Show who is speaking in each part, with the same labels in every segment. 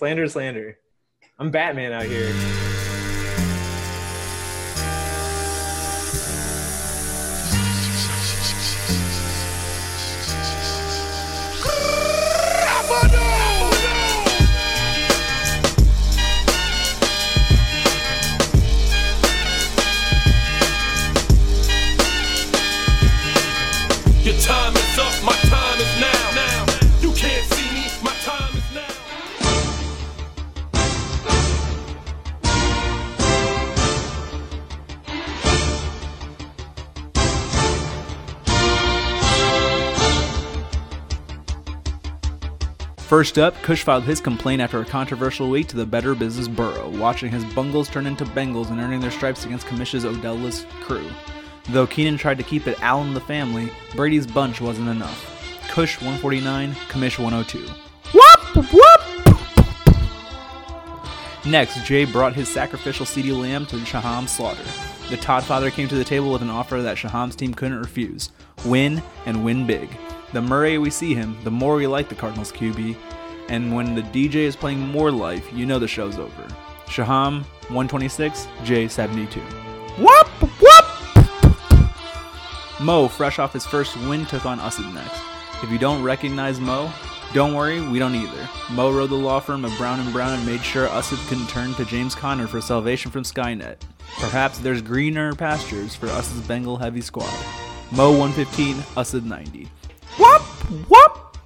Speaker 1: Flanders Lander. I'm Batman out here.
Speaker 2: Your time is up, my time is now. now. You can't see me, my time is now.
Speaker 3: First up, Kush filed his complaint after a controversial week to the Better Business Bureau, watching his Bungles turn into Bengals and earning their stripes against Commissioner's Odella's crew. Though Keenan tried to keep it Al and the family, Brady's bunch wasn't enough. Kush 149, Commish 102. Whoop! Whoop! Next, Jay brought his sacrificial CD lamb to Shaham Slaughter. The Todd father came to the table with an offer that Shaham's team couldn't refuse win and win big. The Murray we see him, the more we like the Cardinals QB, and when the DJ is playing more life, you know the show's over. Shaham 126, Jay 72. Whoop! Whoop! Mo, fresh off his first win, took on us at next. If you don't recognize Mo, don't worry, we don't either. Mo rode the law firm of Brown and Brown and made sure Usid couldn't turn to James Conner for salvation from Skynet. Perhaps there's greener pastures for Usid's Bengal heavy squad. Mo 115, Usid 90. Whoop! Whoop!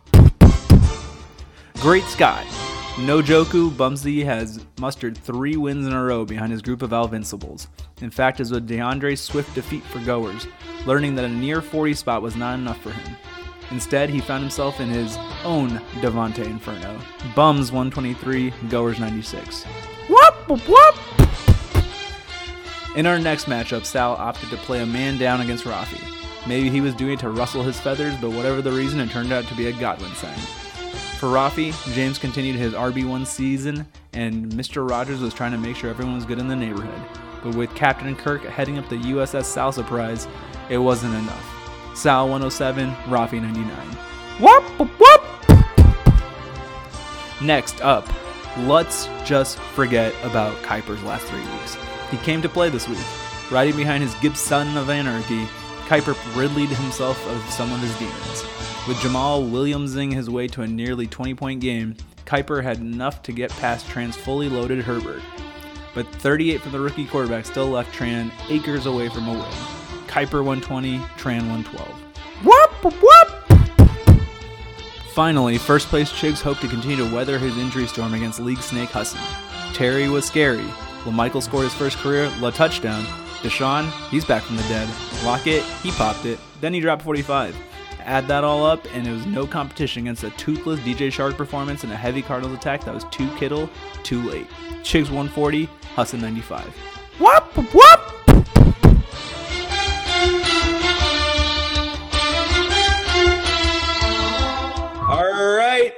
Speaker 3: Great Scott. Nojoku Bumsy has mustered three wins in a row behind his group of Alvincibles. In fact, is a DeAndre Swift defeat for goers, learning that a near 40 spot was not enough for him. Instead, he found himself in his own Devante Inferno. Bums 123, Goers 96. Whoop! Whoop! Whoop! In our next matchup, Sal opted to play a man down against Rafi. Maybe he was doing it to rustle his feathers, but whatever the reason, it turned out to be a Godwin sign. For Rafi, James continued his RB1 season, and Mr. Rogers was trying to make sure everyone was good in the neighborhood. But with Captain Kirk heading up the USS Sal surprise, it wasn't enough. Sal 107, Rafi 99. Whoop, whoop, whoop! Next up, let's just forget about Kuiper's last three weeks. He came to play this week. Riding behind his Gibson of Anarchy, Kuiper ridleyed himself of some of his demons. With Jamal Williamsing his way to a nearly 20 point game, Kuiper had enough to get past Tran's fully loaded Herbert. But 38 from the rookie quarterback still left Tran acres away from a win. Kuiper 120, Tran 112. Whoop, whoop! Finally, first place Chigs hoped to continue to weather his injury storm against League Snake Husson. Terry was scary. LaMichael scored his first career La touchdown. Deshaun, he's back from the dead. Lockett, he popped it. Then he dropped 45. Add that all up, and it was no competition against a toothless DJ Shark performance and a heavy Cardinals attack that was too kittle, too late. Chigs 140, Husson 95. Whoop, whoop!
Speaker 1: All right.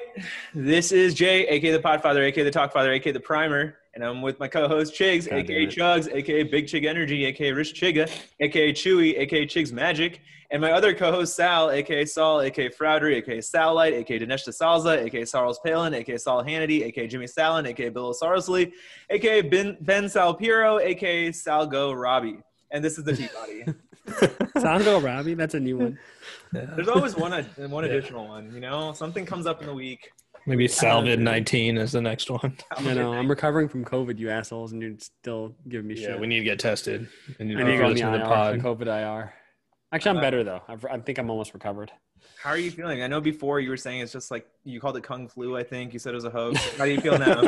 Speaker 1: This is Jay, aka the Podfather, aka the Talkfather, aka the Primer, and I'm with my co-host Chigs,
Speaker 4: God
Speaker 1: aka
Speaker 4: damn it.
Speaker 1: Chugs, aka Big Chig Energy, aka Rich Chiga, aka Chewy, aka Chigs Magic, and my other co-host Sal, aka Saul, aka Frowdery, aka Salite, aka Dinesh Salza, aka Sarles Palin, aka Saul Hannity, aka Jimmy Fallon, aka Bill Sarsley, aka Ben, ben Salpiero, aka Salgo Robbie. And this is the Peabody.
Speaker 5: Sango Robbie, that's a new one.
Speaker 1: There's always one one additional one, you know? Something comes up in the week.
Speaker 4: Maybe Salvid 19 is the next one.
Speaker 5: No, no, I'm recovering from COVID, you assholes, and you're still giving me
Speaker 4: Yeah,
Speaker 5: shit.
Speaker 4: we need to get tested. And
Speaker 5: I need to go on the
Speaker 4: listen to
Speaker 5: IR,
Speaker 4: the
Speaker 5: the
Speaker 4: pod.
Speaker 5: COVID IR. Actually, I'm better though. I've, I think I'm almost recovered.
Speaker 1: How are you feeling? I know before you were saying it's just like you called it kung flu. I think you said it was a hoax. How do you feel now?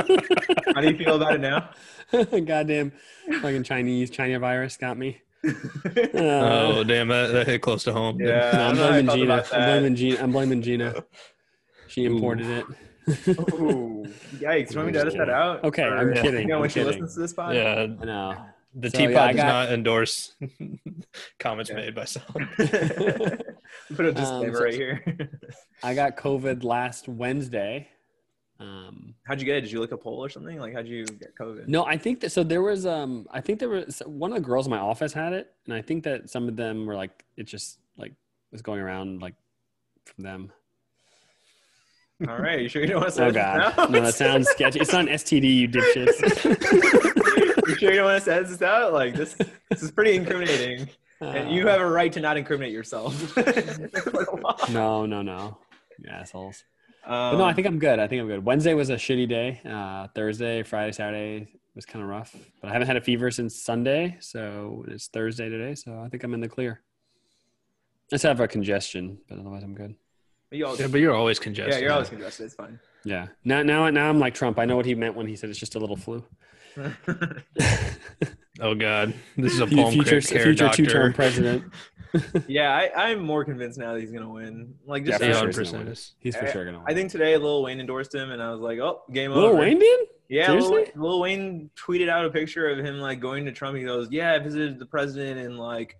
Speaker 1: How do you feel about it now?
Speaker 5: Goddamn, fucking Chinese China virus got me. Uh,
Speaker 4: Oh, damn, that, that hit close to home.
Speaker 1: Yeah,
Speaker 5: no,
Speaker 1: I don't
Speaker 5: I'm
Speaker 1: know how I
Speaker 5: blaming
Speaker 1: felt
Speaker 5: Gina.
Speaker 1: about
Speaker 5: I'm
Speaker 1: that.
Speaker 5: blaming Gina. I'm blaming Gina. She imported it.
Speaker 1: Ooh, yikes! Want me to edit that out?
Speaker 5: Okay,
Speaker 1: Or,
Speaker 5: I'm kidding,
Speaker 1: You know,
Speaker 5: I'm
Speaker 1: when she
Speaker 5: kidding.
Speaker 1: listens to this pod,
Speaker 4: Yeah,
Speaker 5: I know.
Speaker 4: the
Speaker 5: So,
Speaker 4: teapot
Speaker 5: yeah, I
Speaker 4: does
Speaker 5: got-
Speaker 4: not endorse comments
Speaker 1: Yeah.
Speaker 4: made by someone.
Speaker 1: put a disclaimer
Speaker 5: Um, so-
Speaker 1: right here.
Speaker 5: I got COVID last Wednesday. Um,
Speaker 1: how'd you get it? Did you look a poll or something? Like, how'd you get COVID?
Speaker 5: No, I think that so there was um I think there was one of the girls in my office had it and I think that some of them were like it just like was going around like from them.
Speaker 1: All right, you sure you don't want to say
Speaker 5: Oh
Speaker 1: this
Speaker 5: god,
Speaker 1: out?
Speaker 5: no, that sounds sketchy. It's not an STD, you dipshits.
Speaker 1: you sure you don't want to say this out? Like this, this is pretty incriminating, and you
Speaker 5: Uh,
Speaker 1: have a right to not incriminate yourself.
Speaker 5: no, no, no, you assholes. But
Speaker 1: Um,
Speaker 5: no, I think I'm good. I think I'm good. Wednesday was a shitty day. Uh, Thursday, Friday, Saturday was kind of rough, but I haven't had a fever since Sunday, so it's Thursday today. So I think I'm in the clear. I just have a congestion, but otherwise I'm good.
Speaker 1: you all-
Speaker 4: Yeah, but you're always
Speaker 1: yeah,
Speaker 4: congested.
Speaker 1: you're always congested. It's fine.
Speaker 5: Yeah. Now, now, now I'm like Trump. I know what he meant when he said it's just a little flu.
Speaker 4: Oh God, this is a
Speaker 5: Fu-
Speaker 4: palm
Speaker 5: future
Speaker 4: future, care
Speaker 5: future
Speaker 4: doctor.
Speaker 5: two-term president.
Speaker 1: yeah, I, I'm more convinced now that he's gonna win. Like just,
Speaker 5: Yeah,
Speaker 1: I-
Speaker 5: for sure.
Speaker 4: 100% is-
Speaker 5: He's for sure gonna. Win.
Speaker 1: I think today Lil Wayne endorsed him, and I was like, oh, game
Speaker 5: Lil
Speaker 1: over.
Speaker 5: Wayne did.
Speaker 1: Yeah, Lil, Wayne-
Speaker 5: Seriously?
Speaker 1: Lil Wayne tweeted out a picture of him like going to Trump. He goes, "Yeah, I visited the president, and like,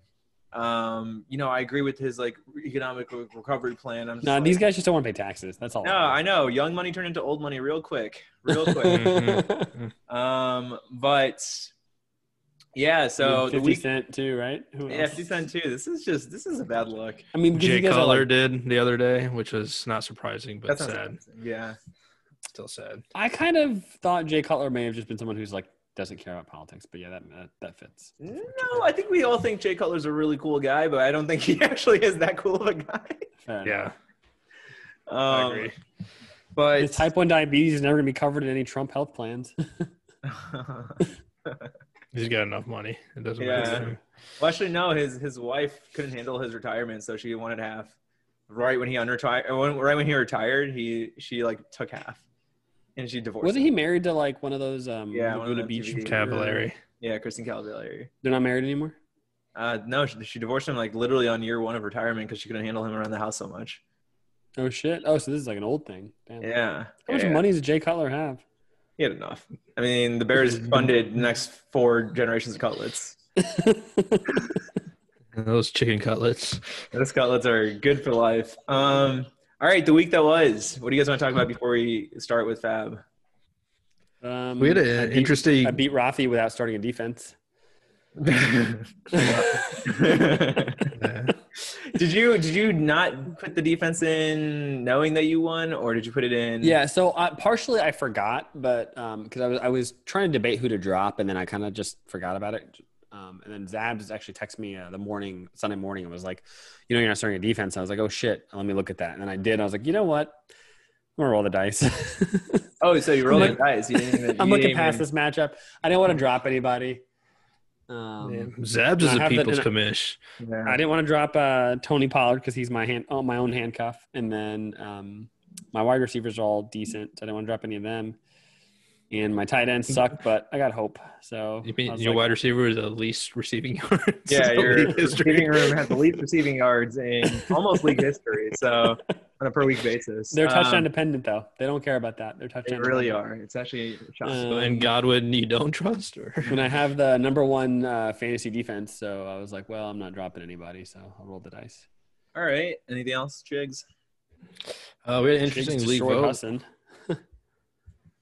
Speaker 1: um, you know, I agree with his like economic re- recovery plan." I'm just
Speaker 5: No,
Speaker 1: like,
Speaker 5: these guys just don't want to pay taxes. That's all.
Speaker 1: No, I know. Young money turned into old money real quick, real quick.
Speaker 4: Mhm.
Speaker 1: um, but yeah, so the
Speaker 5: Fifty
Speaker 1: week,
Speaker 5: Cent too, right? Who
Speaker 1: yeah,
Speaker 5: else?
Speaker 1: 50 Cent too. This is just this is a bad look.
Speaker 5: I mean, because
Speaker 4: Jay
Speaker 5: you guys are
Speaker 4: Cutler
Speaker 5: like-
Speaker 4: did the other day, which was not surprising, but
Speaker 1: That's
Speaker 4: sad.
Speaker 1: Yeah,
Speaker 4: Still sad.
Speaker 5: I kind of thought Jay Cutler may have just been someone who's like doesn't care about politics, but yeah, that that, that fits.
Speaker 1: no, I think we all think Jay Cutler's a really cool guy, but I don't think he actually is that cool of a guy.
Speaker 5: Fair enough.
Speaker 4: Yeah,
Speaker 1: Um,
Speaker 4: I agree.
Speaker 1: But
Speaker 5: His type one diabetes is never gonna be covered in any Trump health plans.
Speaker 4: He's got enough money. It doesn't
Speaker 1: Yeah.
Speaker 4: matter. to him.
Speaker 1: Well, actually, no. His his wife couldn't handle his retirement, so she wanted half. Right when he unretired, when, right when he retired, he she like took half, and she divorced.
Speaker 5: Wasn't
Speaker 1: him.
Speaker 5: he married to like one of those um
Speaker 1: Yeah, one of
Speaker 5: Laguna
Speaker 1: those
Speaker 5: Beach
Speaker 1: TV
Speaker 4: Cavallari.
Speaker 1: Yeah, Kristen Cavallari.
Speaker 5: They're not married anymore.
Speaker 1: Uh, no, she, she divorced him like literally on year one of retirement because she couldn't handle him around the house so much.
Speaker 5: Oh shit! Oh, so this is like an old thing. Damn.
Speaker 1: Yeah.
Speaker 5: How much
Speaker 1: yeah.
Speaker 5: money does Jay Cutler have?
Speaker 1: He had enough. I mean, the Bears funded the next four generations of cutlets.
Speaker 4: And those chicken cutlets.
Speaker 1: Those cutlets are good for life. Um, all right, the week that was. What do you guys want to talk about before we start with Fab?
Speaker 5: Um,
Speaker 4: We had
Speaker 5: I
Speaker 4: an
Speaker 5: beat-
Speaker 4: interesting.
Speaker 5: I beat Rafi without starting a defense.
Speaker 4: Yeah.
Speaker 1: did you did you not put the defense in knowing that you won, or did you put it in?
Speaker 5: Yeah, so uh, partially I forgot, but because I was I was trying to debate who to drop, and then I kind of just forgot about it. Um, and then Zabs actually texted me uh, the morning Sunday morning and was like, "You know, you're not starting a defense." I was like, "Oh shit, let me look at that." And then I did. And I was like, "You know what? I'm gonna roll the dice.
Speaker 1: Oh, so you rolled
Speaker 5: I'm
Speaker 1: the dice. You didn't even,
Speaker 5: I'm
Speaker 1: you
Speaker 5: looking
Speaker 1: didn't
Speaker 5: past
Speaker 1: even-
Speaker 5: this matchup. I didn't want to drop anybody. Um,
Speaker 4: Zabs is
Speaker 5: I
Speaker 4: a
Speaker 5: have that
Speaker 4: people's
Speaker 5: in a-
Speaker 4: commish.
Speaker 1: Yeah.
Speaker 5: I didn't want to drop uh, Tony Pollard because he's my hand, oh, my own handcuff, and then um, my wide receivers are all decent. So I didn't want to drop any of them, and my tight ends suck, but I got hope. So
Speaker 4: You
Speaker 5: I
Speaker 4: mean
Speaker 5: was
Speaker 4: your
Speaker 5: like,
Speaker 4: wide receiver is the least receiving yards?
Speaker 1: Yeah,
Speaker 4: in the
Speaker 1: your
Speaker 4: league history.
Speaker 1: receiving room had the least receiving yards in almost league history. So on a per week basis,
Speaker 5: they're touchdown
Speaker 1: Um,
Speaker 5: dependent though. They don't care about that. They're
Speaker 1: They
Speaker 5: touchdown.
Speaker 1: really
Speaker 5: dependent.
Speaker 1: are. It's actually shocking.
Speaker 5: Uh,
Speaker 4: and Godwin, you don't trust or
Speaker 5: And I have the number one uh, fantasy defense, so I was like, well, I'm not dropping anybody, so I'll roll the dice.
Speaker 1: All right. Anything else, Jigs?
Speaker 4: Uh, we had an
Speaker 5: Chiggs
Speaker 4: interesting league
Speaker 5: destroyed
Speaker 4: vote.
Speaker 5: Hussin.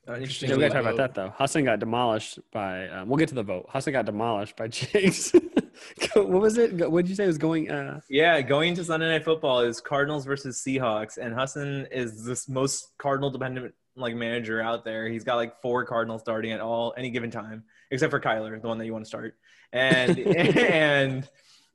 Speaker 4: Interesting
Speaker 5: Yeah, we
Speaker 4: league
Speaker 5: gotta talk about
Speaker 4: vote.
Speaker 5: that though. Hassan got demolished by. Um, we'll get to the vote. Hassan got demolished by Chase. what was it? What did you say was going? Uh,
Speaker 1: Yeah, going to Sunday Night Football is Cardinals versus Seahawks, and Husson is this most Cardinal dependent like manager out there. He's got like four Cardinals starting at all any given time, except for Kyler, the one that you want to start, and and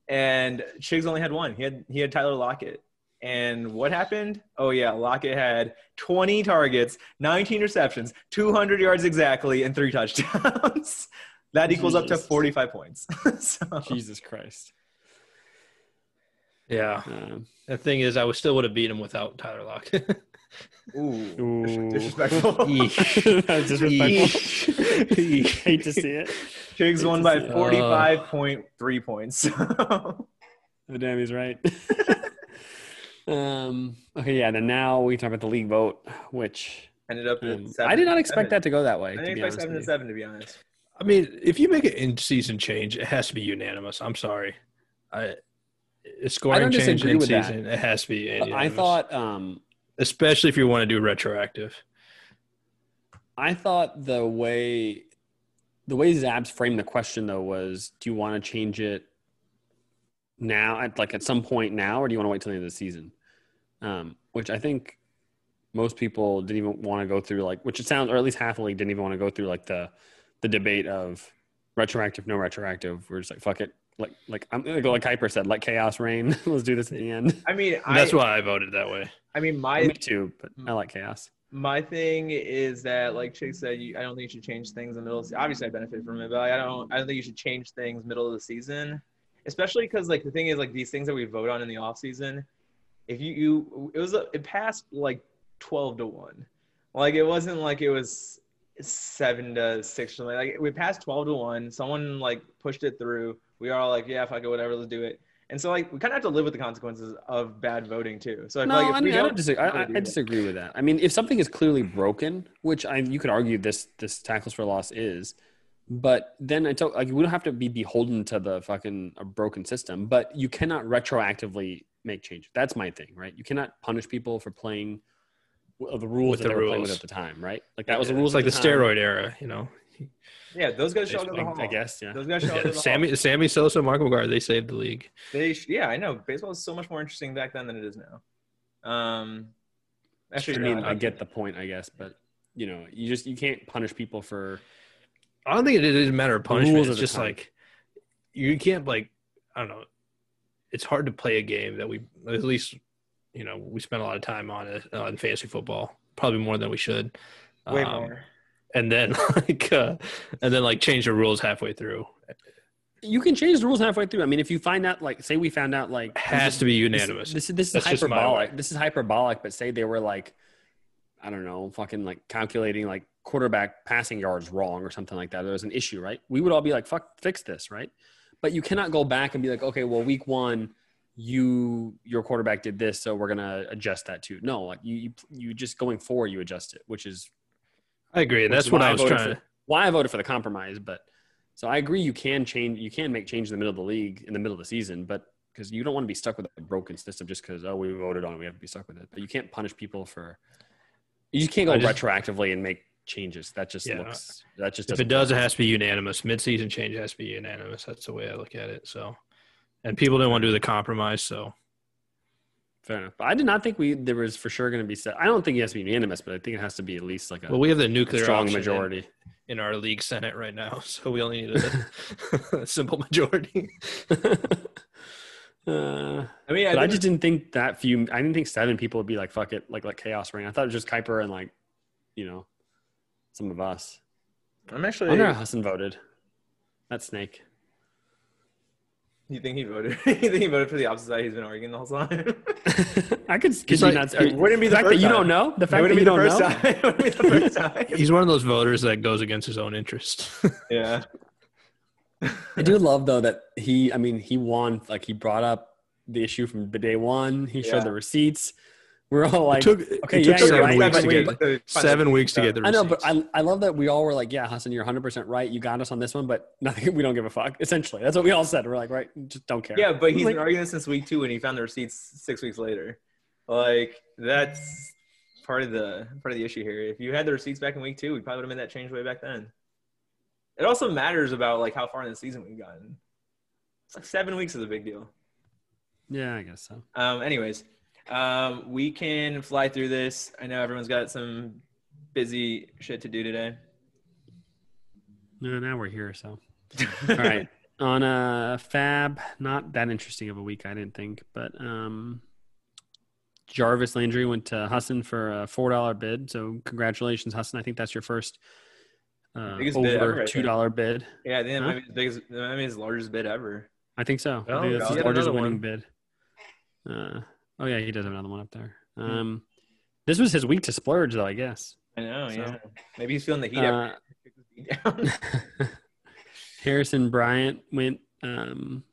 Speaker 1: and Chiggs only had one. He had he had Tyler Lockett. And what happened? Oh yeah, Lockett had 20 targets, 19 receptions, 200 yards exactly, and three touchdowns. that equals up to
Speaker 5: Jesus.
Speaker 1: 45 points. so,
Speaker 5: Jesus Christ!
Speaker 4: Yeah,
Speaker 5: Um,
Speaker 4: the thing is, I would still would have beat him without Tyler Lockett.
Speaker 1: ooh,
Speaker 5: ooh.
Speaker 1: disrespectful.
Speaker 5: That's disrespectful.
Speaker 4: Eesh.
Speaker 5: Hate to see it.
Speaker 1: Chiggs
Speaker 5: It's
Speaker 1: won
Speaker 5: a
Speaker 1: by
Speaker 5: zero.
Speaker 1: 45.3 points.
Speaker 5: Oh, damn, he's right. um. Okay. Yeah. Then now we talk about the league vote, which
Speaker 1: Ended up at
Speaker 5: um,
Speaker 1: seven
Speaker 5: I did not
Speaker 1: to seven.
Speaker 5: expect that to go that way.
Speaker 1: I
Speaker 5: to
Speaker 1: didn't
Speaker 5: be
Speaker 1: expect
Speaker 5: honest
Speaker 1: seven
Speaker 5: with
Speaker 1: to
Speaker 5: you.
Speaker 1: seven to be honest.
Speaker 4: I mean, if you make an in-season change, it has to be unanimous. I'm sorry, I a scoring
Speaker 5: don't
Speaker 4: change
Speaker 5: disagree
Speaker 4: in
Speaker 5: with that.
Speaker 4: season, it has to be.
Speaker 5: But I
Speaker 4: unanimous.
Speaker 5: thought. Um.
Speaker 4: especially if you want to do retroactive.
Speaker 5: I thought the way the way Zabs framed the question though was, do you want to change it now at like at some point now, or do you want to wait till the end of the season? Um, which I think most people didn't even want to go through like, which it sounds, or at least half the league didn't even want to go through like the the debate of retroactive, no retroactive. We're just like, fuck it. Like, like I'm gonna go like Kuiper said, let chaos reign. Let's do this in the end.
Speaker 1: I mean, I,
Speaker 4: That's why I voted that way.
Speaker 1: I mean, my
Speaker 5: Me too, but I like chaos.
Speaker 1: my thing is that like Chick said, you, I don't think you should change things in the middle. Of the, obviously, I benefit from it, but like, I don't. I don't think you should change things middle of the season, especially because like the thing is like these things that we vote on in the off season. If you you it was a, it passed like twelve to one, like it wasn't like it was seven to six or something. Like we passed twelve to one. Someone like pushed it through. We are all like, yeah, fuck it, whatever, let's do it. And so like we kind of have to live with the consequences of bad voting too. So I feel
Speaker 5: No,
Speaker 1: like if
Speaker 5: I,
Speaker 1: we
Speaker 5: mean, I
Speaker 1: don't,
Speaker 5: don't disagree. I, I, I disagree with that. I mean, if something is clearly broken, which I you could argue this this tackles for loss is, but then until like we don't have to be beholden to the fucking a broken system. But you cannot retroactively make change. That's my thing, right? You cannot punish people for playing w- the rules
Speaker 4: With
Speaker 5: that
Speaker 4: the
Speaker 5: they were playing with
Speaker 4: rules.
Speaker 5: at the time, right? Like that was the rules
Speaker 4: It's like the
Speaker 5: at time.
Speaker 4: steroid era, you know.
Speaker 1: yeah, those guys shall go to the hall.
Speaker 5: I guess, yeah.
Speaker 1: Those guys shall go to
Speaker 4: Yeah,
Speaker 1: the hall.
Speaker 4: Sammy, Sammy Sosa, Mark McGuire, they saved the league.
Speaker 1: They sh- yeah, I know. Baseball was so much more interesting back then than it is now. Um, actually,
Speaker 5: I
Speaker 1: no,
Speaker 5: mean, I get the point, I guess, but you know, you just you can't punish people for
Speaker 4: I don't think it is a matter of punishment.
Speaker 5: rules
Speaker 4: It's
Speaker 5: at the
Speaker 4: just
Speaker 5: time.
Speaker 4: like you can't like I don't know. It's hard to play a game that we at least you know we spent a lot of time on it uh, in fantasy football, probably more than we should.
Speaker 1: way
Speaker 4: Um,
Speaker 1: more.
Speaker 4: And then like uh, and then like change the rules halfway through.
Speaker 5: you can change the rules halfway through. I mean, if you find out, like, say we found out, like,
Speaker 4: Has to be unanimous.
Speaker 5: This, this, this
Speaker 4: That's
Speaker 5: is
Speaker 4: just my
Speaker 5: hyperbolic.
Speaker 4: way.
Speaker 5: This is hyperbolic, but say they were like, I don't know, fucking like calculating like quarterback passing yards wrong or something like that. There was an issue, right? We would all be like, fuck, fix this, right? But you cannot go back and be like, okay, well, week one, you your quarterback did this, so we're gonna adjust that too. No, like you you, you just going forward, you adjust it, which is
Speaker 4: I agree.
Speaker 5: Which
Speaker 4: That's
Speaker 5: is
Speaker 4: what
Speaker 5: why
Speaker 4: I was
Speaker 5: voted
Speaker 4: trying.
Speaker 5: for-
Speaker 4: to
Speaker 5: why I voted for the compromise, but so I agree you can change you can make change in the middle of the league in the middle of the season, but because you don't want to be stuck with a broken system just because oh we voted on it, we have to be stuck with it. But you can't punish people for you can't go
Speaker 4: I just-
Speaker 5: retroactively and make changes. That just
Speaker 4: Yeah.
Speaker 5: looks that just
Speaker 4: If
Speaker 5: doesn't
Speaker 4: it does, it has to be unanimous. Mid-season change has to be unanimous. That's the way I look at it. So, and people didn't want to do the compromise. So
Speaker 5: fair enough. But I did not think we there was for sure gonna be set. I don't think it has to be unanimous, but I think it has to be at least like a
Speaker 4: well, we have the nuclear
Speaker 5: strong
Speaker 4: option in-
Speaker 5: majority.
Speaker 4: in our league senate right now, so we only need a, a simple majority.
Speaker 5: uh,
Speaker 1: I mean, I,
Speaker 5: But I
Speaker 1: think-
Speaker 5: just didn't think that few. I didn't think seven people would be like fuck it, like like chaos ring. I thought it was just Kuiper and like, you know, some of us.
Speaker 1: I'm
Speaker 5: I
Speaker 1: actually.
Speaker 5: wonder how Husson voted. That snake.
Speaker 1: you think he voted? you think he voted for the opposite side? He's been arguing the whole time.
Speaker 5: I could. could
Speaker 4: like-
Speaker 5: you not,
Speaker 4: it
Speaker 1: wouldn't be the
Speaker 5: fact
Speaker 1: first
Speaker 5: that you
Speaker 1: time.
Speaker 5: don't know. The fact
Speaker 1: It
Speaker 5: that
Speaker 1: wouldn't
Speaker 5: you
Speaker 1: be the
Speaker 5: don't
Speaker 1: first
Speaker 5: know.
Speaker 1: time. It wouldn't be the first time.
Speaker 4: He's one of those voters that goes against his own interest.
Speaker 1: yeah.
Speaker 5: I do love though that he. I mean, he won. Like he brought up the issue from the day one. He
Speaker 1: Yeah.
Speaker 5: showed the receipts. We're all like,
Speaker 4: took-
Speaker 5: okay,
Speaker 4: it took
Speaker 5: yeah, you're
Speaker 4: seven
Speaker 5: right.
Speaker 4: weeks
Speaker 5: But
Speaker 4: to
Speaker 5: we-
Speaker 4: get- Seven weeks to get the
Speaker 5: I
Speaker 4: receipts.
Speaker 5: know, but I, I love that we all were like, yeah, Hassan, you're 100% right. You got us on this one, but nothing, we don't give a fuck. Essentially, that's what we all said. We're like, right, just don't care.
Speaker 1: Yeah, but he's
Speaker 5: Like-
Speaker 1: been arguing this since week two, and he found the receipts six weeks later. Like that's part of the part of the issue here. If you had the receipts back in week two, we probably would have made that change way back then. It also matters about like how far in the season we've gotten. It's like seven weeks is a big deal.
Speaker 5: Yeah, I guess so.
Speaker 1: Um, anyways, um, we can fly through this. I know everyone's got some busy shit to do today.
Speaker 5: No, now we're here, so. All right. On a fab, not that interesting of a week, I didn't think, but um, Jarvis Landry went to Husson for a four dollar bid. So congratulations, Husson. I think that's your first uh,
Speaker 1: Biggest bid ever, I
Speaker 5: over
Speaker 1: think.
Speaker 5: two dollar bid.
Speaker 1: Yeah, I think that
Speaker 5: Huh?
Speaker 1: might be the biggest, that might be his largest bid ever.
Speaker 5: I think so.
Speaker 4: Oh,
Speaker 5: I think
Speaker 4: yeah.
Speaker 5: that's his
Speaker 1: Yet
Speaker 5: largest
Speaker 1: another one.
Speaker 5: winning bid. Uh, oh yeah, he does have another one up there.
Speaker 1: Hmm.
Speaker 5: Um, this was his week to splurge, though. I guess.
Speaker 1: I know.
Speaker 5: So-
Speaker 1: yeah, maybe he's feeling the heat.
Speaker 5: Uh,
Speaker 1: after he took his beat down.
Speaker 5: Harrison Bryant went um,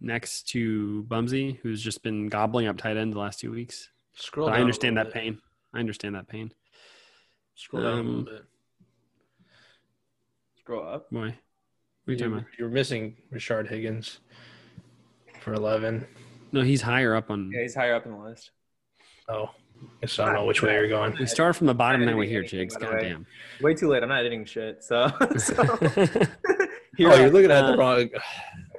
Speaker 5: next to Bumsy, who's just been gobbling up tight end the last two weeks.
Speaker 4: Scroll
Speaker 5: But I
Speaker 4: down a
Speaker 5: understand
Speaker 4: little
Speaker 5: that
Speaker 4: bit.
Speaker 5: pain. I understand that pain.
Speaker 4: Scroll down a
Speaker 5: Um,
Speaker 4: little bit.
Speaker 1: Scroll up.
Speaker 5: Why? What are you talking
Speaker 4: You,
Speaker 5: about?
Speaker 4: you're missing Richard Higgins for eleven.
Speaker 5: No, he's higher up on.
Speaker 1: Yeah, he's higher up in the list.
Speaker 4: Oh, I guess I don't know which way you're going.
Speaker 5: We start from the bottom, and then
Speaker 1: didn't
Speaker 5: we
Speaker 1: do
Speaker 5: hear
Speaker 1: anything,
Speaker 5: Jigs.
Speaker 1: by the way.
Speaker 5: Goddamn.
Speaker 1: Way too late. I'm not editing shit. So, so
Speaker 5: damn.
Speaker 1: here
Speaker 4: oh,
Speaker 1: I-
Speaker 4: you're looking at
Speaker 5: uh,
Speaker 4: the wrong.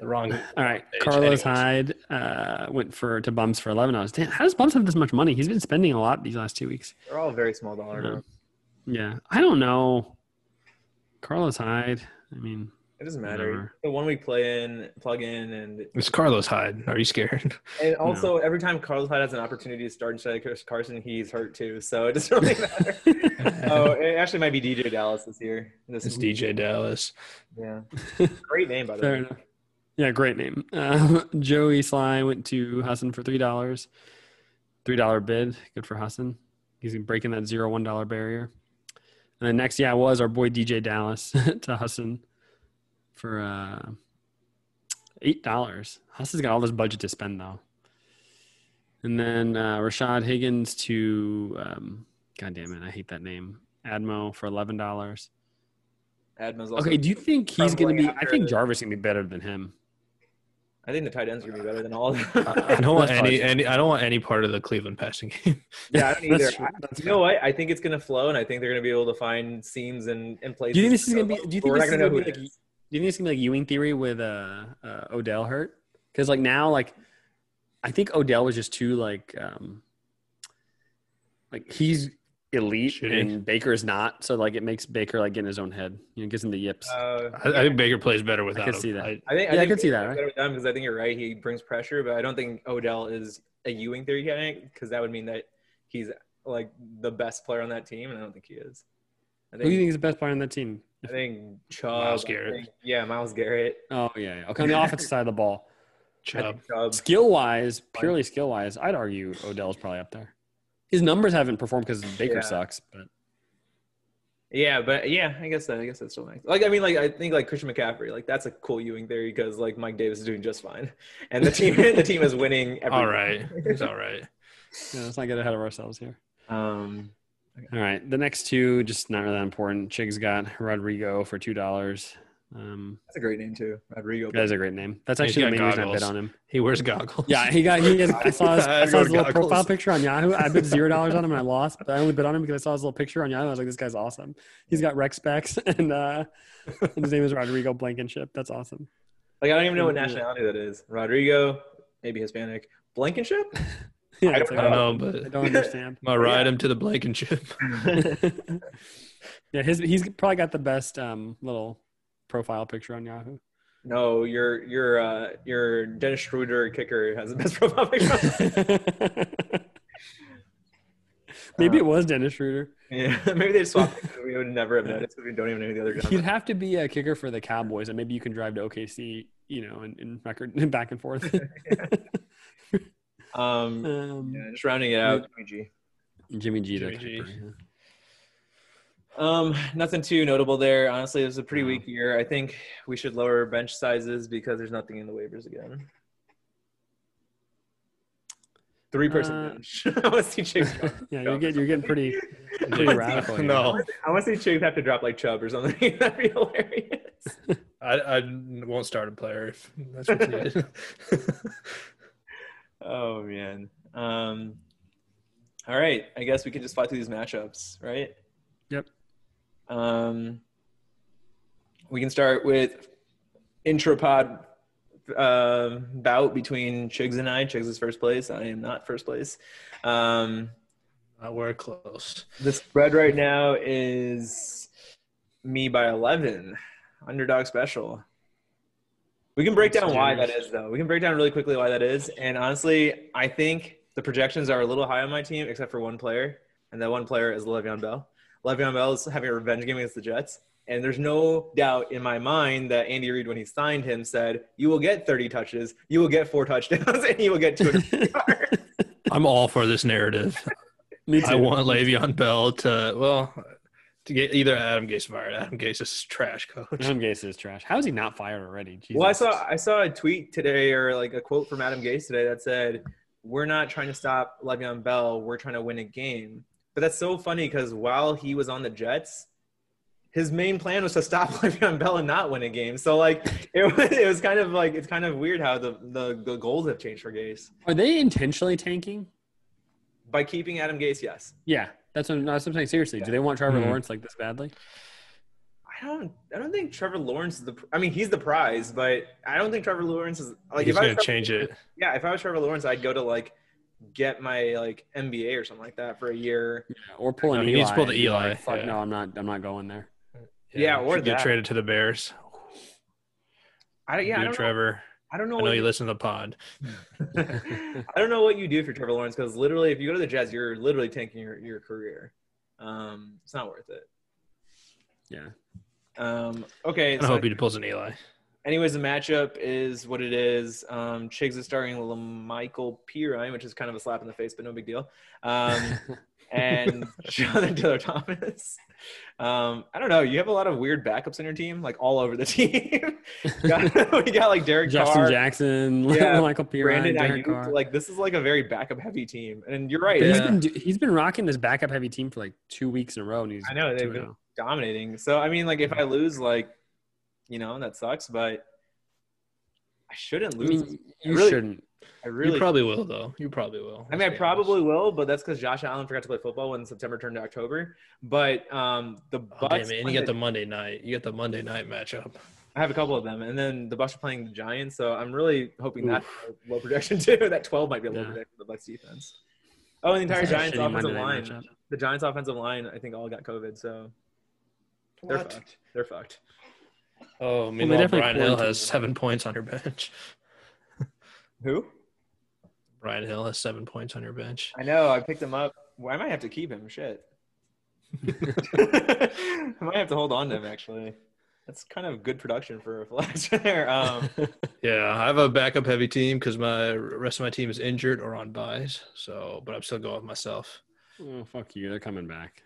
Speaker 4: The wrong.
Speaker 5: All right,
Speaker 4: Page,
Speaker 5: Carlos
Speaker 4: anyways.
Speaker 5: Hyde uh, went for to Bums for eleven dollars. Damn, how does Bums have this much money? He's been spending a lot these last two weeks.
Speaker 1: They're all very small dollar.
Speaker 5: Yeah.
Speaker 1: amounts.
Speaker 5: Yeah, I don't know. Carlos Hyde. I mean,
Speaker 1: It doesn't matter.
Speaker 5: Whatever.
Speaker 1: The one we play in, plug in, and
Speaker 4: It's Carlos Hyde. Are you scared?
Speaker 1: and also every time Carlos Hyde has an opportunity to start instead of Chris Carson, he's hurt too. So it doesn't really matter. oh, it actually might be DJ Dallas this year. This
Speaker 4: It's DJ Dallas.
Speaker 1: Yeah. Great name by the
Speaker 5: fair
Speaker 1: way.
Speaker 5: enough. Yeah, great name. Um, Joey Sly went to Hassan for three dollars. Three dollar bid. Good for Hassan. He's breaking that zero one dollar barrier. And then next, yeah, was our boy DJ Dallas to Hassan for uh, eight dollars. Hassan's got all this budget to spend though. And then uh, Rashad Higgins to um, God damn it, I hate that name. Admo for eleven dollars.
Speaker 1: Adma's also.
Speaker 5: Okay, do you think he's going
Speaker 1: crumbling
Speaker 5: to be? I
Speaker 1: after
Speaker 5: think
Speaker 1: the-
Speaker 5: Jarvis is going to be better than him.
Speaker 1: I think the tight ends are gonna be better than all of
Speaker 5: Uh,
Speaker 4: I
Speaker 1: them.
Speaker 4: don't want
Speaker 5: That's
Speaker 4: any,
Speaker 5: fine.
Speaker 4: any. I don't want any part of the Cleveland passing game.
Speaker 1: yeah, I don't either.
Speaker 5: That's true.
Speaker 1: I- you know what? I think it's gonna flow, and I think they're gonna be able to find seams and and places.
Speaker 5: Do you think this is going to be?
Speaker 1: so
Speaker 5: Do you
Speaker 1: we're
Speaker 5: think
Speaker 1: not gonna
Speaker 5: this is going to
Speaker 1: know
Speaker 5: be
Speaker 1: who
Speaker 5: like?
Speaker 1: it
Speaker 5: Do you
Speaker 1: is.
Speaker 5: think it's going to be like Ewing theory with uh, uh, Odell hurt? Because like now, like I think Odell was just too like, um like he's elite
Speaker 4: Shitty.
Speaker 5: and Baker is not. So like it makes Baker like get in his own head. You know, gives him the yips.
Speaker 1: Uh,
Speaker 4: I, I think Baker plays better without.
Speaker 5: can
Speaker 4: him.
Speaker 5: see that.
Speaker 4: I-
Speaker 1: I think
Speaker 5: Yeah, I
Speaker 1: think
Speaker 5: can see that, right?
Speaker 1: Because I think you're right. He brings pressure, but I don't think Odell is a Ewing theory candidate because that would mean that he's like the best player on that team, and I don't think he is. I
Speaker 5: Who do you
Speaker 1: think
Speaker 5: think is the best player on that team?
Speaker 1: I think Chubb,
Speaker 4: Myles
Speaker 1: I
Speaker 4: Garrett.
Speaker 1: think- yeah, Miles Garrett,
Speaker 5: Oh yeah, yeah. okay. On the offensive side of the ball,
Speaker 1: I
Speaker 4: Chubb.
Speaker 1: think Chubb.
Speaker 5: skill wise, purely skill wise, I'd argue Odell's probably up there. His numbers haven't performed because Baker
Speaker 1: Yeah.
Speaker 5: sucks, but
Speaker 1: Yeah, but yeah, I guess that I guess that's still nice. Like I mean, like I think like Christian McCaffrey, like that's a cool Ewing theory because like Mike Davis is doing just fine, and the team the team is winning. Every
Speaker 4: All right, it's all right.
Speaker 5: yeah, let's not get ahead of ourselves here.
Speaker 1: Um,
Speaker 5: All right, the next two just not really that important. Chig's got Rodrigo for two dollars. Um,
Speaker 1: that's a great name too, Rodrigo.
Speaker 5: that is a great name. That's
Speaker 4: He's
Speaker 5: actually the
Speaker 4: got
Speaker 5: main reason I
Speaker 4: goggles.
Speaker 5: bid on him.
Speaker 4: He wears goggles.
Speaker 5: Yeah, he got. He has, I saw his, I saw his little
Speaker 4: Goggles.
Speaker 5: profile picture on Yahoo. I bid zero dollars on him and I lost, but I only bid on him because I saw his little picture on Yahoo. I was like, this guy's awesome. He's got rec specs and, uh, and his name is Rodrigo Blankenship. That's awesome.
Speaker 1: Like I don't even know what
Speaker 5: Yeah.
Speaker 1: nationality that is. Rodrigo, maybe Hispanic. Blankenship?
Speaker 5: Yeah,
Speaker 1: I
Speaker 5: it's
Speaker 1: don't
Speaker 4: I
Speaker 5: like,
Speaker 4: don't
Speaker 5: oh,
Speaker 4: know, but
Speaker 5: I
Speaker 4: I'm
Speaker 5: don't understand.
Speaker 4: gonna ride him to the Blankenship.
Speaker 5: yeah, his he's probably got the best um, little profile picture on Yahoo.
Speaker 1: no, your your uh, your Dennis Schroeder kicker has the best profile picture.
Speaker 5: Maybe
Speaker 1: Uh,
Speaker 5: it was Dennis Schroeder.
Speaker 1: yeah, maybe they just swapped. it, so We would never have noticed because we don't even know who the other guy.
Speaker 5: He'd
Speaker 1: was.
Speaker 5: have to be a kicker for the Cowboys, and maybe you can drive to OKC, you know, and, and record and back and forth.
Speaker 1: Um,
Speaker 5: um,
Speaker 1: yeah, just rounding it out. Jimmy G.
Speaker 5: Jimmy G. the
Speaker 4: Jimmy G.
Speaker 5: kicker,
Speaker 1: Um, nothing too notable there. Honestly, it was a pretty
Speaker 5: No.
Speaker 1: weak year. I think we should lower bench sizes because there's nothing in the waivers again. Three person
Speaker 5: Uh,
Speaker 1: bench. I want to see Chiggs.
Speaker 5: yeah.
Speaker 1: drop.
Speaker 5: yeah, you're getting you're getting pretty pretty
Speaker 4: Yeah.
Speaker 5: radical. here.
Speaker 4: no,
Speaker 1: I want to see Chiggs have to drop like Chubb or something. That'd be hilarious.
Speaker 4: I, I won't start a player if that's what you did.
Speaker 1: Oh man. Um, all right. I guess we could just fly through these matchups, right?
Speaker 5: Yep.
Speaker 1: Um, we can start with intrapod um bout between Chigs and I. Chigs is first place. I am not first place. Um,
Speaker 4: Uh, we're close.
Speaker 1: the spread right now is me by 11. Underdog special. We can break
Speaker 5: That's
Speaker 1: down why that
Speaker 5: generous.
Speaker 1: is, though. We can break down really quickly why that is. And honestly, I think the projections are a little high on my team, except for one player. And that one player is Le'Veon Bell. Le'Veon Bell is having a revenge game against the Jets. And there's no doubt in my mind that Andy Reid, when he signed him, said, You will get 30 touches, you will get four touchdowns, and you will get 200 yards.
Speaker 4: I'm all for this narrative.
Speaker 5: Me
Speaker 4: I
Speaker 5: too.
Speaker 4: want Le'Veon Bell to well to get either Adam Gase fired. Adam Gase is trash coach.
Speaker 5: Adam Gase is trash. How is he not fired already? Jesus.
Speaker 1: Well, I saw I saw a tweet today or like a quote from Adam Gase today that said, "We're not trying to stop Le'Veon Bell. We're trying to win a game." But that's so funny because while he was on the Jets, his main plan was to stop Le'Veon Bell and not win a game. So like it was it was kind of like it's kind of weird how the the, the goals have changed for Gase
Speaker 5: Are they intentionally tanking?
Speaker 1: by keeping Adam Gase. Yes,
Speaker 5: Yeah, that's what, that's what I'm saying. Seriously, do they want Trevor
Speaker 4: Mhm.
Speaker 5: Lawrence like this badly?
Speaker 1: I I don't. I don't think Trevor Lawrence is the. pr- I mean, he's the prize, but I don't think Trevor Lawrence is like.
Speaker 4: He's
Speaker 1: if I
Speaker 4: gonna
Speaker 1: was Trevor-
Speaker 4: change it.
Speaker 1: Yeah, if I was Trevor Lawrence, I'd go to like get my like MBA or something like that for a year.
Speaker 5: or pull
Speaker 4: No,
Speaker 5: an
Speaker 4: he
Speaker 5: Eli.
Speaker 4: needs to pull the
Speaker 5: and be
Speaker 4: Eli,
Speaker 5: like, Fuck
Speaker 4: yeah.
Speaker 5: no, I'm not. I'm not going there.
Speaker 1: Yeah, or
Speaker 4: should get
Speaker 1: that.
Speaker 4: traded to the Bears.
Speaker 1: I don't- yeah, I
Speaker 4: Dude,
Speaker 1: don't know.
Speaker 4: Trevor.
Speaker 1: I don't know.
Speaker 4: I know
Speaker 1: what
Speaker 4: you
Speaker 1: you-
Speaker 4: listen to the pod.
Speaker 1: I don't know what you do if you're Trevor Lawrence because literally, if you go to the Jets, you're literally tanking your your career. Um, it's not worth it.
Speaker 5: Yeah.
Speaker 1: Um, okay.
Speaker 4: I
Speaker 1: so-
Speaker 4: hope he pulls an Eli.
Speaker 1: anyways, the matchup is what it is. Um, Chiggs is starting Michael Pirine, which is kind of a slap in the face, but no big deal. Um, and Jonathan Taylor Thomas. Um, I don't know. You have a lot of weird backups in your team, like all over the team. Got- we got like Derek
Speaker 5: Justin
Speaker 1: Carr,
Speaker 5: Jackson,
Speaker 1: Yeah.
Speaker 5: Michael Piran,
Speaker 1: Brandon
Speaker 5: Derek
Speaker 1: Ayuk.
Speaker 5: Carr.
Speaker 1: Like this is like a very backup heavy team. And you're right.
Speaker 5: But he's
Speaker 1: like,
Speaker 5: been do- he's been rocking this backup heavy team for like two weeks in a row, and he's
Speaker 1: I know
Speaker 5: two
Speaker 1: they've
Speaker 5: and
Speaker 1: been
Speaker 5: oh.
Speaker 1: dominating. So I mean, like if I lose, like you know that sucks, but I shouldn't
Speaker 5: I
Speaker 1: lose.
Speaker 5: mean, you
Speaker 1: really-
Speaker 5: shouldn't.
Speaker 1: I really
Speaker 4: You probably will though. You probably will.
Speaker 1: I mean, I
Speaker 4: Let's be honest.
Speaker 1: probably will, but that's because Josh Allen forgot to play football when September turned to October. But um, the
Speaker 4: Oh,
Speaker 1: Bucks,
Speaker 4: damn it. And you got the Monday night. You got the Monday night matchup.
Speaker 1: I have a couple of them, and then the Bucks are playing the Giants, so I'm really hoping that's a low projection too. That 12 might be a low
Speaker 5: Yeah.
Speaker 1: projection for the Bucks defense. Oh, and the entire
Speaker 5: That's a
Speaker 1: Giants
Speaker 5: shitty
Speaker 1: offensive
Speaker 5: Monday
Speaker 1: line,
Speaker 5: night matchup.
Speaker 1: the Giants offensive line, I think all got COVID, so they're fucked. They're fucked.
Speaker 4: Oh, I mean,
Speaker 5: Well, they definitely
Speaker 4: Brian Hill
Speaker 5: quarantined
Speaker 4: has
Speaker 5: him.
Speaker 4: seven points on her bench.
Speaker 1: Who?
Speaker 4: Brian Hill has seven points on her bench.
Speaker 1: I know. I picked him up. Well, I might have to keep him. Shit. I might have to hold on to him actually. That's kind of good production for a flex there. Um,
Speaker 4: Yeah, I have a backup heavy team because my rest of my team is injured or on buys. So, but I'm still going with myself.
Speaker 5: Oh fuck you! They're coming back.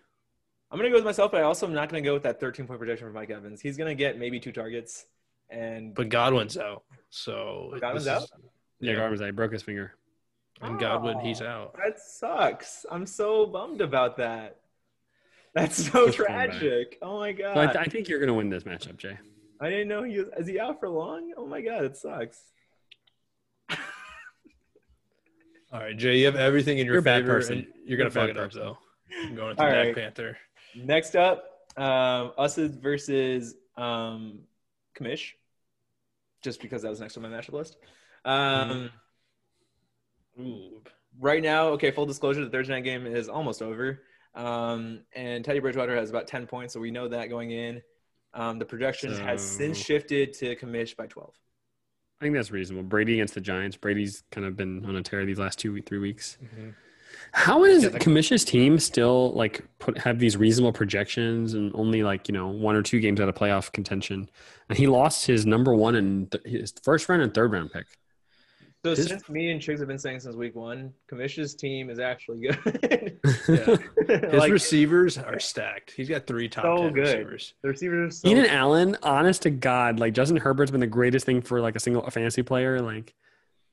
Speaker 1: I'm gonna go with myself, but I also am not gonna go with that 13 point projection for Mike Evans. He's gonna get maybe two targets, and
Speaker 4: But Godwin's out. So
Speaker 1: Godwin's
Speaker 4: this is-
Speaker 5: Yeah,
Speaker 4: Yeah.
Speaker 5: Garvin's I broke his finger.
Speaker 4: and Godwin, he's
Speaker 1: Oh.
Speaker 4: out.
Speaker 1: that sucks. I'm so bummed about that. That's so
Speaker 5: Just coming back.
Speaker 1: tragic. Oh my
Speaker 5: So I,
Speaker 1: god,
Speaker 5: th- I think you're gonna win this matchup, Jay.
Speaker 1: I didn't know he was. Is he out for long? Oh my god, it sucks.
Speaker 4: All right, Jay, you have everything in your
Speaker 5: You're a bad
Speaker 4: favor.
Speaker 5: person.
Speaker 4: and You're gonna
Speaker 5: You're a
Speaker 4: fuck it
Speaker 5: bad
Speaker 4: up though. I'm going with the
Speaker 1: All
Speaker 4: Black
Speaker 1: right.
Speaker 4: Panther.
Speaker 1: Next up, um, us versus um, Kamish, just because that was next on my matchup list.
Speaker 5: Mm-hmm.
Speaker 1: Um,
Speaker 4: Ooh,
Speaker 1: right now, okay, full disclosure, the Thursday night game is almost over. Um, and Teddy Bridgewater has about 10 points, so we know that going in. Um, the projection has since
Speaker 5: So-
Speaker 1: shifted to Kamish by 12.
Speaker 5: I think that's reasonable. Brady against the Giants. Brady's kind of been on a tear these last two, three weeks.
Speaker 4: Mm-hmm.
Speaker 5: How is
Speaker 4: Yeah, the-
Speaker 5: Kamish's team still like put have these reasonable projections and only like you know one or two games out of playoff contention? And he lost his number one and th- his first round and third round pick.
Speaker 1: So
Speaker 5: This-
Speaker 1: since me and Chiggs have been saying since week one, Kamish's team is actually good.
Speaker 4: Yeah. His
Speaker 1: like,
Speaker 4: receivers are stacked. He's got three top
Speaker 1: So
Speaker 4: ten
Speaker 1: good.
Speaker 4: receivers.
Speaker 1: the receivers are so
Speaker 5: Keenan Allen, honest to God, like Justin Herbert's been the greatest thing for like a single a fantasy player. Like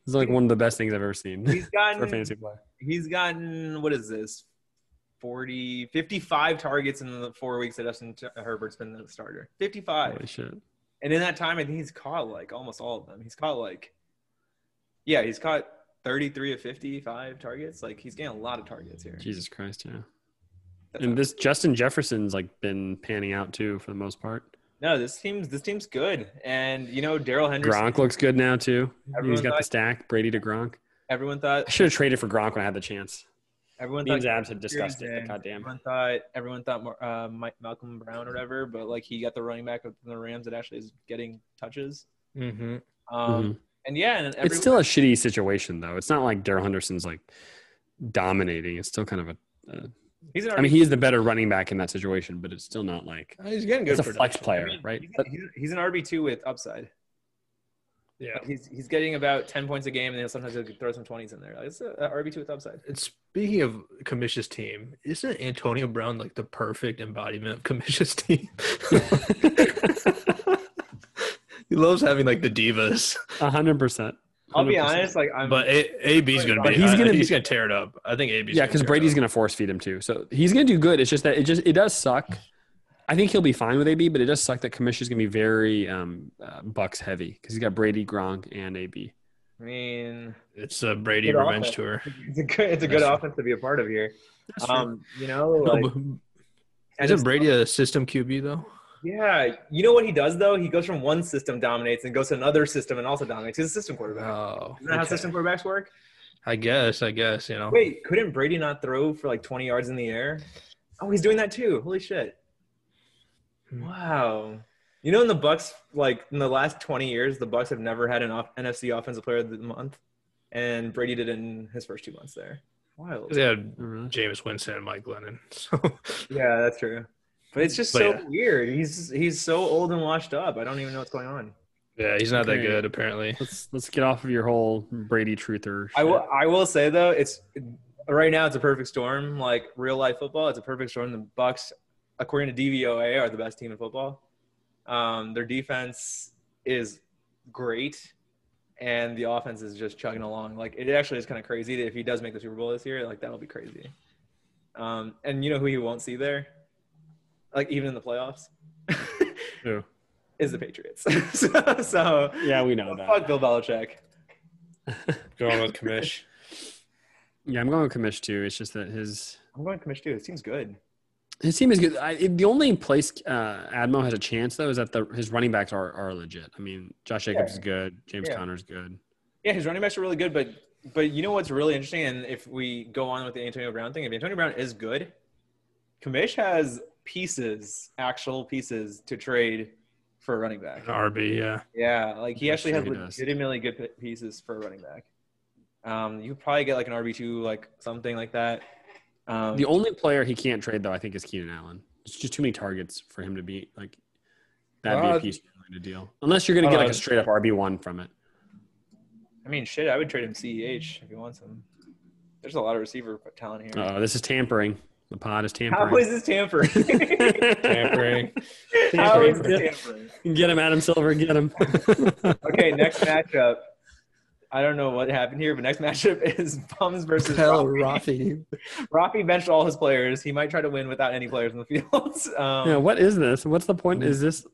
Speaker 5: this is like one of the best things I've ever seen
Speaker 1: he's
Speaker 5: for a
Speaker 1: gotten
Speaker 5: fantasy player.
Speaker 1: he's gotten what is this 40 55 targets in the four weeks that Justin T- Herbert's been the starter 55
Speaker 5: Holy shit!
Speaker 1: And in that time, I think he's caught like almost all of them. He's caught like, yeah, he's caught 33 of 55 targets. Like he's getting a lot of targets here.
Speaker 5: Jesus Christ! Yeah.
Speaker 1: That's
Speaker 5: And this Justin Jefferson's like been panning out too for the most part.
Speaker 1: No, this team's this team's good. And you know, Daryl Henderson.
Speaker 5: Gronk looks good now too.
Speaker 1: Everyone
Speaker 5: He's got
Speaker 1: thought-
Speaker 5: the stack. Brady to Gronk.
Speaker 1: Everyone
Speaker 5: I
Speaker 1: thought
Speaker 5: should have traded for Gronk when I had the chance.
Speaker 1: everyone
Speaker 5: Me and
Speaker 1: thought
Speaker 5: Zabs had discussed it. But goddamn.
Speaker 1: Everyone thought everyone thought Mar- uh, Mike, Malcolm Brown or whatever, but like he got the running back of the Rams that actually is getting touches.
Speaker 4: Mm-hmm.
Speaker 1: Um, And yeah, and everyone,
Speaker 5: It's still a shitty situation though. It's not like Daryl Henderson's like dominating. It's still kind of a.
Speaker 1: he's an
Speaker 5: I mean, he is the better running back in that situation, but it's still not like
Speaker 4: Uh, He's getting good
Speaker 5: it's a
Speaker 4: production.
Speaker 5: flex player,
Speaker 1: mean,
Speaker 5: right?
Speaker 1: he's,
Speaker 5: But
Speaker 1: he's, he's an RB two with upside.
Speaker 4: Yeah.
Speaker 1: Like, he's he's getting about ten points a game, and then sometimes he'll throw some twenties in there. Like, it's a, a RB two with upside.
Speaker 4: And speaking of Kamish's team, isn't Antonio Brown like the perfect embodiment of Kamish's team? he loves having like the divas,
Speaker 5: hundred percent.
Speaker 1: I'll be honest, like I'm.
Speaker 4: but A- AB's gonna
Speaker 1: But
Speaker 4: be.
Speaker 5: he's
Speaker 4: He's
Speaker 5: gonna
Speaker 4: gonna
Speaker 5: be-
Speaker 4: he's gonna tear it up. I think AB's.
Speaker 5: Yeah, because Brady's gonna force feed him too, so he's gonna do good. It's just that it just it does suck. I think he'll be fine with AB, but it does suck that Commission's gonna be very um, uh, Bucks heavy because he's got Brady, Gronk, and AB.
Speaker 1: I mean,
Speaker 4: It's a Brady
Speaker 1: Good
Speaker 4: revenge
Speaker 1: offense.
Speaker 4: tour.
Speaker 1: it's a good it's a good offense to be a part of here. Um, you know,
Speaker 4: No,
Speaker 1: like,
Speaker 4: but
Speaker 1: and
Speaker 4: isn't
Speaker 1: it's-
Speaker 4: Brady a system QB though?
Speaker 1: Yeah, you know what he does though? He goes from one system dominates and goes to another system and also dominates. He's a system quarterback.
Speaker 4: Oh,
Speaker 1: Isn't that how
Speaker 4: okay.
Speaker 1: system quarterbacks work?
Speaker 4: I guess. I guess you know.
Speaker 1: Wait, couldn't Brady not throw for like 20 yards in the air? Oh, he's doing that too. Holy shit.
Speaker 4: Hmm.
Speaker 1: Wow. You know, in the Bucks, like in the last 20 years, the Bucks have never had an off- NFC Offensive Player of the Month, and Brady did it in his first two months there. Wild.
Speaker 4: They had Jameis Winston and Mike Lennon. So
Speaker 1: Yeah, that's true. But it's just
Speaker 4: But
Speaker 1: so
Speaker 4: yeah.
Speaker 1: weird. He's he's so old and washed up. I don't even know what's going on.
Speaker 4: yeah, he's not
Speaker 5: Okay.
Speaker 4: that good apparently.
Speaker 5: Let's let's get off of your whole Brady truther.
Speaker 1: I
Speaker 5: shit.
Speaker 1: will. I will say though, it's right now. It's a perfect storm. Like real life football, it's a perfect storm. The Bucks, according to DVOA, are the best team in football. Um, their defense is great, and the offense is just chugging along. Like it actually is kind of crazy that if he does make the Super Bowl this year, like that'll be crazy. Um, and you know who he won't see there, like even in the playoffs,
Speaker 4: Who?
Speaker 1: is the Patriots. so, so
Speaker 5: Yeah, we know that.
Speaker 1: fuck Bill Belichick.
Speaker 4: Going with Kamish.
Speaker 5: Yeah, I'm going with Kamish too. It's just that his
Speaker 1: I'm going to commission too. It seems good.
Speaker 5: his team is good. I, it- the only place uh, Admo has a chance though is that the his running backs are, are legit. I mean, Josh Jacobs
Speaker 1: Yeah.
Speaker 5: is good. James
Speaker 1: Yeah.
Speaker 5: Conner's good.
Speaker 1: Yeah, his running backs are really good, but but you know what's really interesting, and if we go on with the Antonio Brown thing, if Antonio Brown is good, Kamish has pieces, actual pieces to trade for a running back.
Speaker 4: RB. Yeah.
Speaker 1: Yeah, like he
Speaker 5: I'm
Speaker 1: actually
Speaker 5: sure
Speaker 1: has
Speaker 5: he does.
Speaker 1: legitimately good p- pieces for a running back. Um, you could probably get like an RB two, like something like that. Um,
Speaker 5: The only player he can't trade though, I think, is Keenan Allen. It's just too many targets for him to be like. That'd be
Speaker 1: Uh,
Speaker 5: a piece to deal, unless you're gonna
Speaker 1: hold
Speaker 5: get
Speaker 1: on.
Speaker 5: like a straight up RB one from it.
Speaker 1: I mean, shit, I would trade him CEH if he wants him. There's a lot of receiver talent here.
Speaker 5: Uh, this is tampering. The pod is tampering.
Speaker 1: How is this tampering?
Speaker 4: Tampering.
Speaker 1: How is this tampering?
Speaker 5: Get him, Adam Silver. Get him.
Speaker 1: Okay, next matchup. I don't know what happened here, but next matchup is Bums versus
Speaker 6: Hell,
Speaker 1: Rafi.
Speaker 6: Rafi.
Speaker 1: Rafi benched all his players. He might try to win without any players in the field. Um,
Speaker 5: yeah, what is this? What's the point? Is this?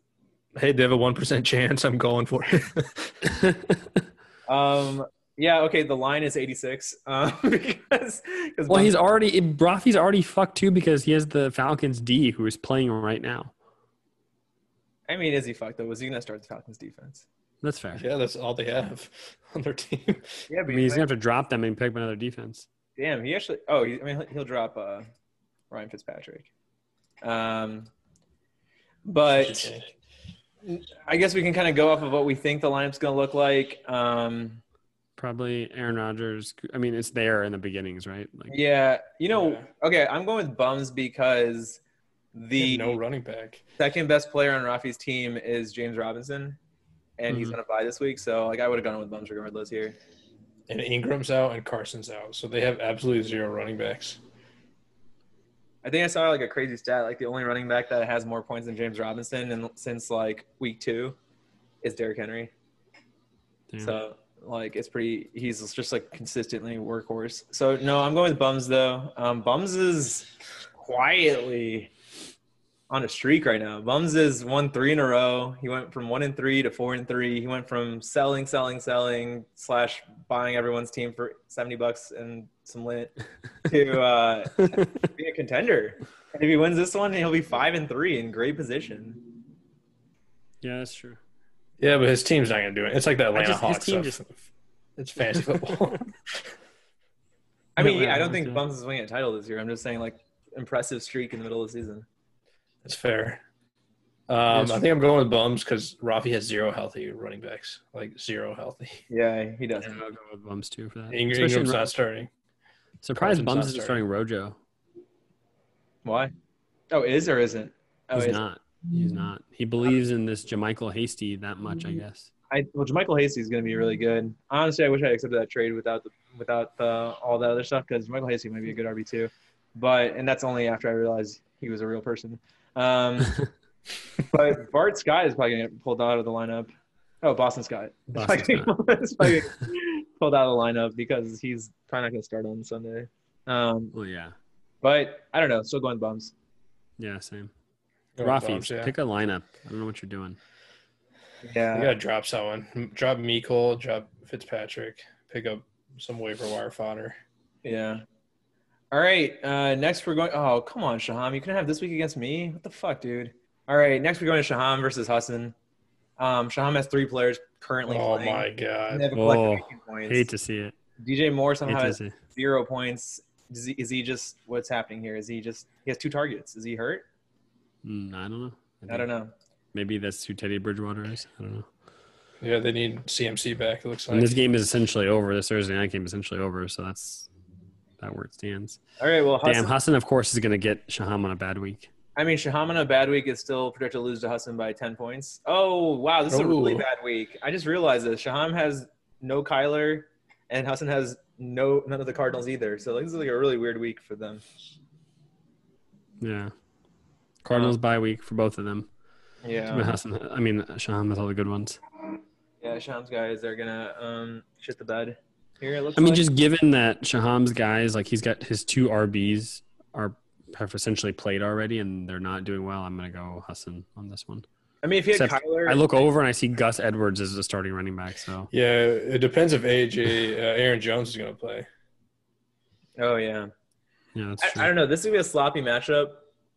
Speaker 4: Hey, they have a one percent chance. I'm going for it.
Speaker 1: um, yeah, okay, the line is 86. Um, because, because
Speaker 5: well,
Speaker 1: Bums-
Speaker 5: he's already. Rafi's already fucked too because he has the Falcons D who is playing right now.
Speaker 1: I mean, is he fucked, though? Was he going to start the Falcons defense?
Speaker 5: That's fair.
Speaker 4: yeah, that's all they have on their team.
Speaker 1: Yeah,
Speaker 5: I
Speaker 1: but
Speaker 5: mean, he's gonna have to drop them and pick up another defense.
Speaker 1: Damn, he actually. Oh, he, I mean, he'll- he'll drop uh, Ryan Fitzpatrick. Um, but I guess we can kind of go off of what we think the lineup's going to look like. Um,
Speaker 5: Probably Aaron Rodgers. I mean, it's there in the beginnings, right? Like,
Speaker 1: yeah, you know.
Speaker 4: Yeah.
Speaker 1: Okay, I'm going with Bums because the
Speaker 4: no running back.
Speaker 1: second best player on Rafi's team is James Robinson, and he's
Speaker 5: Mhm.
Speaker 4: Mm-hmm.
Speaker 1: going to buy this week. So, like, I would have gone with Bums regardless here.
Speaker 4: And Ingram's out and Carson's out, so they have absolutely zero running backs.
Speaker 1: I think I saw like a crazy stat. Like the only running back that has more points than James Robinson, and since like week two, is Derrick Henry.
Speaker 5: damn.
Speaker 1: So like it's pretty. He's just like consistently workhorse. So no, I'm going with Bums though. Um, Bums is quietly on a streak right now. Bums is won three in a row. He went from one and three to four and three. He went from selling, selling, selling slash buying everyone's team for seventy bucks and some lint to uh, be a contender. And if he wins this one, he'll be five and three in great position.
Speaker 5: yeah, that's true.
Speaker 4: Yeah, but his team's not going to do it. It's like the Atlanta
Speaker 5: just- his
Speaker 4: Hawks.
Speaker 5: team
Speaker 4: of-
Speaker 5: just-
Speaker 4: it's fantasy football.
Speaker 1: I mean,
Speaker 5: Yeah,
Speaker 1: yeah, I don't
Speaker 5: I
Speaker 1: think
Speaker 5: do.
Speaker 1: Bums is winning a title this year. I'm just saying, like, impressive streak in the middle of the season.
Speaker 4: That's fair. Um,
Speaker 5: Yes.
Speaker 4: I think I'm going with Bums because Rafi has zero healthy running backs, like zero healthy.
Speaker 1: Yeah, he does.
Speaker 5: Yeah, I'll go with Bums too for that.
Speaker 4: Ing-
Speaker 5: Especially in
Speaker 4: Ingram's
Speaker 5: Ro-
Speaker 4: not starting.
Speaker 5: surprised
Speaker 4: Carson's
Speaker 5: Bums
Speaker 4: not
Speaker 5: isn't starting Rojo.
Speaker 1: Why? Oh, is or isn't? Oh,
Speaker 5: He's
Speaker 1: is.
Speaker 5: not. He's not. He believes in this Jamichael Hasty that much, I guess.
Speaker 1: I well, Jamichael Hasty is going to be really good. Honestly, I wish I accepted that trade without the, without the, all that other stuff because Michael Hasty might be a good RB too, but and that's only after I realized he was a real person. Um, but Bart Scott is probably going to get pulled out of the lineup. Oh, Boston Scott.
Speaker 5: Boston
Speaker 1: It's probably getting pulled out of the lineup because he's probably not going to start on Sunday. Um,
Speaker 5: Well, yeah,
Speaker 1: but I don't know. Still going bums.
Speaker 5: yeah, same.
Speaker 4: Going with
Speaker 5: Rafi,
Speaker 4: Bums, yeah.
Speaker 5: pick a lineup. I don't know what you're doing.
Speaker 4: You
Speaker 1: Yeah.
Speaker 4: gotta drop someone. Drop Mecole, drop Fitzpatrick, pick up some waiver wire fodder.
Speaker 1: Yeah. oh, All right. Uh, next, we're going. Oh, come on, Shaham. You couldn't have this week against me. What the fuck, dude? All right, next we're going to Shaham versus Hassan. Um, Shaham has three players currently
Speaker 4: Oh
Speaker 1: playing.
Speaker 4: my
Speaker 1: And
Speaker 4: god.
Speaker 1: They have a collective
Speaker 5: Oh,
Speaker 1: 18 points.
Speaker 5: Hate to see it.
Speaker 1: DJ Moore somehow
Speaker 5: Hate to
Speaker 1: has
Speaker 5: see. it.
Speaker 1: zero points. Is he, is he just what's happening here? Is he just he has two targets? Is he hurt?
Speaker 5: Mm, I don't know.
Speaker 1: I don't know.
Speaker 5: Maybe that's who Teddy Bridgewater is. I don't know.
Speaker 4: Yeah, they need CMC back. It looks
Speaker 5: And
Speaker 4: like.
Speaker 5: this game is essentially over. This Thursday night game is essentially over. So that's that where it stands.
Speaker 1: All right, well,
Speaker 5: Damn,
Speaker 1: Hassan,
Speaker 5: Hassan, of course, is going to get Shaham on a bad week.
Speaker 1: I mean, Shaham on a bad week is still projected to lose to Hassan by 10 points. Oh, wow, this is a really
Speaker 4: Ooh.
Speaker 1: bad week. I just realized this. Shaham has no Kyler, and Hassan has no none of the Cardinals either. So this is like a really weird week for them.
Speaker 5: Yeah. Cardinals bye week for both of them. But
Speaker 1: Yeah,
Speaker 5: Hassan, I mean, Shaham has all the good ones.
Speaker 1: yeah, Shaham's guys are gonna um shit the bed. Here, it looks
Speaker 5: I mean,
Speaker 1: like.
Speaker 5: just given that Shaham's guys, like he's got his two RBs are have essentially played already and they're not doing well, I'm going to go Hassan on this one.
Speaker 1: I mean, if you had
Speaker 5: except
Speaker 1: Kyler,
Speaker 5: I look over and I see Gus Edwards is the starting running back. So
Speaker 4: yeah, it depends if AJ uh, Aaron Jones is going to play.
Speaker 1: oh yeah.
Speaker 5: yeah, that's
Speaker 1: I,
Speaker 5: true.
Speaker 1: I don't know. This is gonna be a sloppy matchup,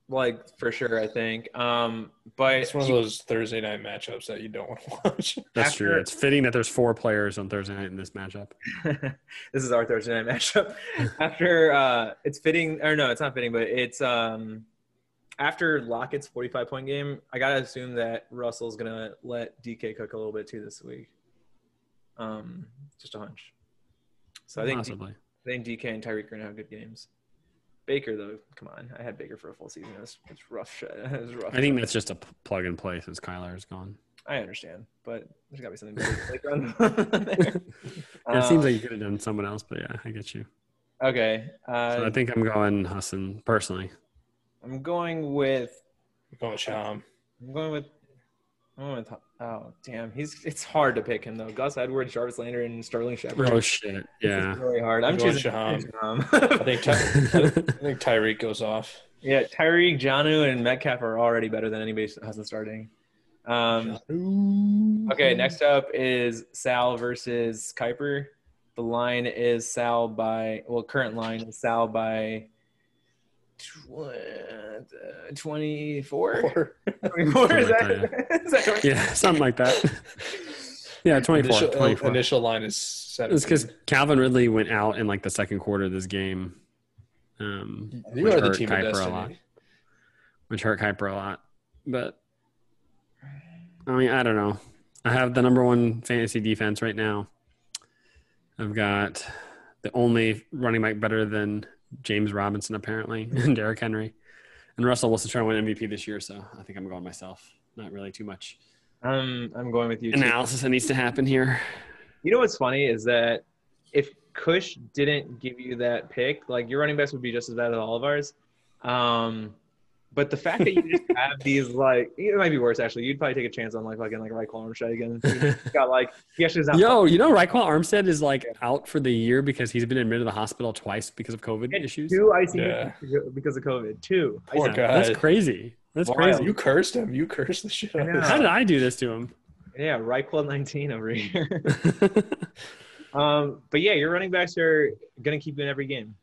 Speaker 1: like for sure. I think. Um, but
Speaker 4: It's one of those Thursday night matchups that you don't want to watch.
Speaker 5: That's true.
Speaker 1: after-
Speaker 5: It's fitting that there's four players on Thursday night in this matchup.
Speaker 1: this is our Thursday night matchup. after uh, it's fitting, or no, it's not fitting, but it's um, after Lockett's forty-five point game. I gotta assume that Russell's gonna let DK cook a little bit too this week. Um, just a hunch. So I think
Speaker 5: possibly.
Speaker 1: I think DK and Tyreek are gonna have good games. Baker though, come on, I had Baker for a full season. It's rough shit. It was rough.
Speaker 5: I think that's just a p- plug and play since Kyler is gone.
Speaker 1: I understand, but there's got to be something better. to click on there.
Speaker 5: it seems
Speaker 1: Um,
Speaker 5: like you could have done someone else, but yeah, I get you.
Speaker 1: okay. Uh,
Speaker 5: So I think I'm going Hassan personally.
Speaker 1: I'm going with.
Speaker 4: I'm going Shaham.
Speaker 1: I'm going with. I'm going with. Oh damn, he's. It's hard to pick him though. Gus Edwards, Jarvis Lander, and Sterling Shepard.
Speaker 5: Oh shit! Yeah. um,
Speaker 1: It's really hard. I'm
Speaker 4: I'm going
Speaker 1: choosing
Speaker 4: Shaham. I
Speaker 1: Shaham.
Speaker 4: think Ty- I think Tyreek goes off.
Speaker 1: yeah, Tyreek, Janu, and Metcalf are already better than anybody who hasn't starting. Um, okay, next up is Sal versus Kuiper. The line is Sal by well, current line is Sal by twenty four.
Speaker 4: Or-
Speaker 1: Twenty four is that?
Speaker 5: Something
Speaker 1: Is that correct?
Speaker 5: Yeah, something like that. yeah, 24.
Speaker 4: Initial, uh,
Speaker 5: 24.
Speaker 4: initial line is seven.
Speaker 5: It's because Calvin Ridley went out in like the second quarter of this game, um,
Speaker 4: you
Speaker 5: which
Speaker 4: are the
Speaker 5: hurt
Speaker 4: team of
Speaker 5: Kuiper a lot.
Speaker 4: destiny.
Speaker 5: Which hurt Kuiper a lot. But I mean, I don't know. I have the number one fantasy defense right now. I've got the only running back better than James Robinson apparently, and Derrick Henry, and Russell Wilson trying to win MVP this year. So I think I'm going myself. Not really too much
Speaker 1: Um, I'm going with you. too.
Speaker 5: analysis that needs to happen here.
Speaker 1: You know what's funny is that if Cush didn't give you that pick, like your running backs would be just as bad as all of ours. Um, but the fact that you just have these like it might be worse actually. You'd probably take a chance on like fucking like Reichel Armstead again. He's got like he actually is not.
Speaker 5: Yo, you know Raquel Armstead is like out for the year because he's been admitted to the hospital twice because of COVID
Speaker 1: He had
Speaker 5: issues.
Speaker 1: two ICU
Speaker 4: Yeah.
Speaker 1: because of COVID. Two.
Speaker 4: Poor
Speaker 1: ICU.
Speaker 4: guy.
Speaker 5: That's crazy. That's
Speaker 1: Wild.
Speaker 5: crazy.
Speaker 4: You cursed him. You cursed the shit out
Speaker 1: Yeah.
Speaker 4: of him.
Speaker 5: How did I do this to him?
Speaker 1: Yeah, Reichel 19 over here. um, but yeah, your running backs are gonna keep you in every game.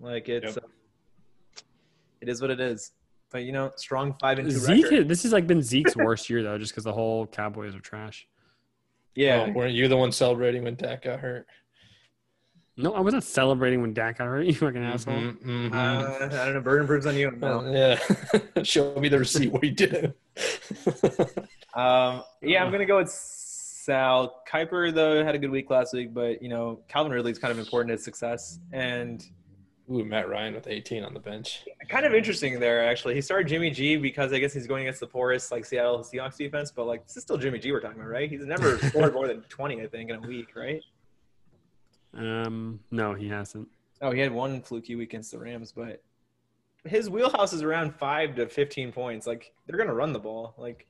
Speaker 1: Like it's
Speaker 4: Yep.
Speaker 1: uh, it is what it is. But you know, strong five and two
Speaker 5: Zeke.
Speaker 1: record.
Speaker 5: This has like been Zeke's worst year though, just because the whole Cowboys are trash.
Speaker 1: Yeah,
Speaker 4: Oh, weren't you the one celebrating when Dak got hurt?
Speaker 5: No, I wasn't celebrating when Dak got hurt. You fucking asshole.
Speaker 4: Mhm, mhm.
Speaker 1: Uh, I don't know. Burden proves on you. No.
Speaker 4: Oh, yeah. Show me the receipt. What you did.
Speaker 1: Um, yeah, I'm gonna go with Sal Kuiper. Though had a good week last week, but you know Calvin Ridley's kind of important to his success, and
Speaker 4: Ooh, Matt Ryan with 18 on the bench.
Speaker 1: kind of interesting there actually. He started Jimmy G because I guess he's going against the poorest like Seattle Seahawks defense, but like this is still Jimmy G we're talking about, right? He's never scored more than 20, I think, in a week, right?
Speaker 5: Um, no, he hasn't.
Speaker 1: Oh, he had one fluky week against the Rams, but his wheelhouse is around five to fifteen points. Like they're gonna run the ball. Like,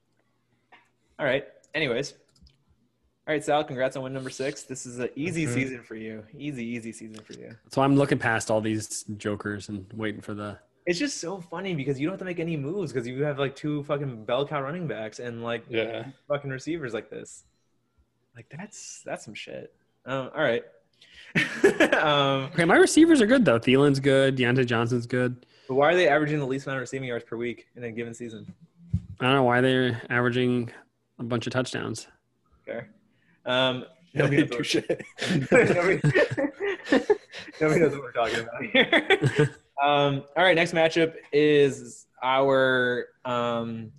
Speaker 1: all right. Anyways, all right, Sal. Congrats on win number six. This is an easy
Speaker 4: Mhm.
Speaker 1: season for you. Easy, easy season for you.
Speaker 5: So I'm looking past all these jokers and waiting for the.
Speaker 1: It's just so funny because you don't have to make any moves because you have like two fucking bell cow running backs and like
Speaker 4: Yeah.
Speaker 1: fucking receivers like this. Like that's that's some shit. Um, all right. um,
Speaker 5: Okay, my receivers are good though. Thielen's good. Deontay Johnson's good.
Speaker 1: but why are they averaging the least amount of receiving yards per week in a given season?
Speaker 5: I don't know why they're averaging a bunch of touchdowns.
Speaker 1: Fair. Um,
Speaker 4: Nobody knows
Speaker 1: touche. nobody, nobody knows what we're talking about here. um, all right, next matchup is our. Um,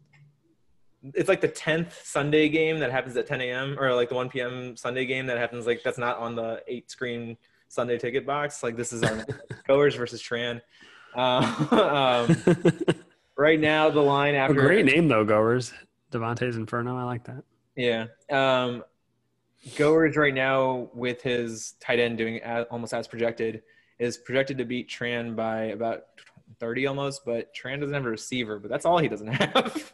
Speaker 1: it's like the tenth Sunday game that happens at 10 a.m. or like the 1 p.m. Sunday game that happens like that's not on the eight screen Sunday ticket box. Like this is on Goers versus Tran. Uh, um, right now, the line
Speaker 5: A
Speaker 1: after
Speaker 5: great name though, Goers. Devontae's Inferno. I like that.
Speaker 1: Yeah. Um, Goers right now with his tight end doing a almost as projected is projected to beat Tran by about 30 almost, but Tran doesn't have a receiver, but that's all he doesn't have.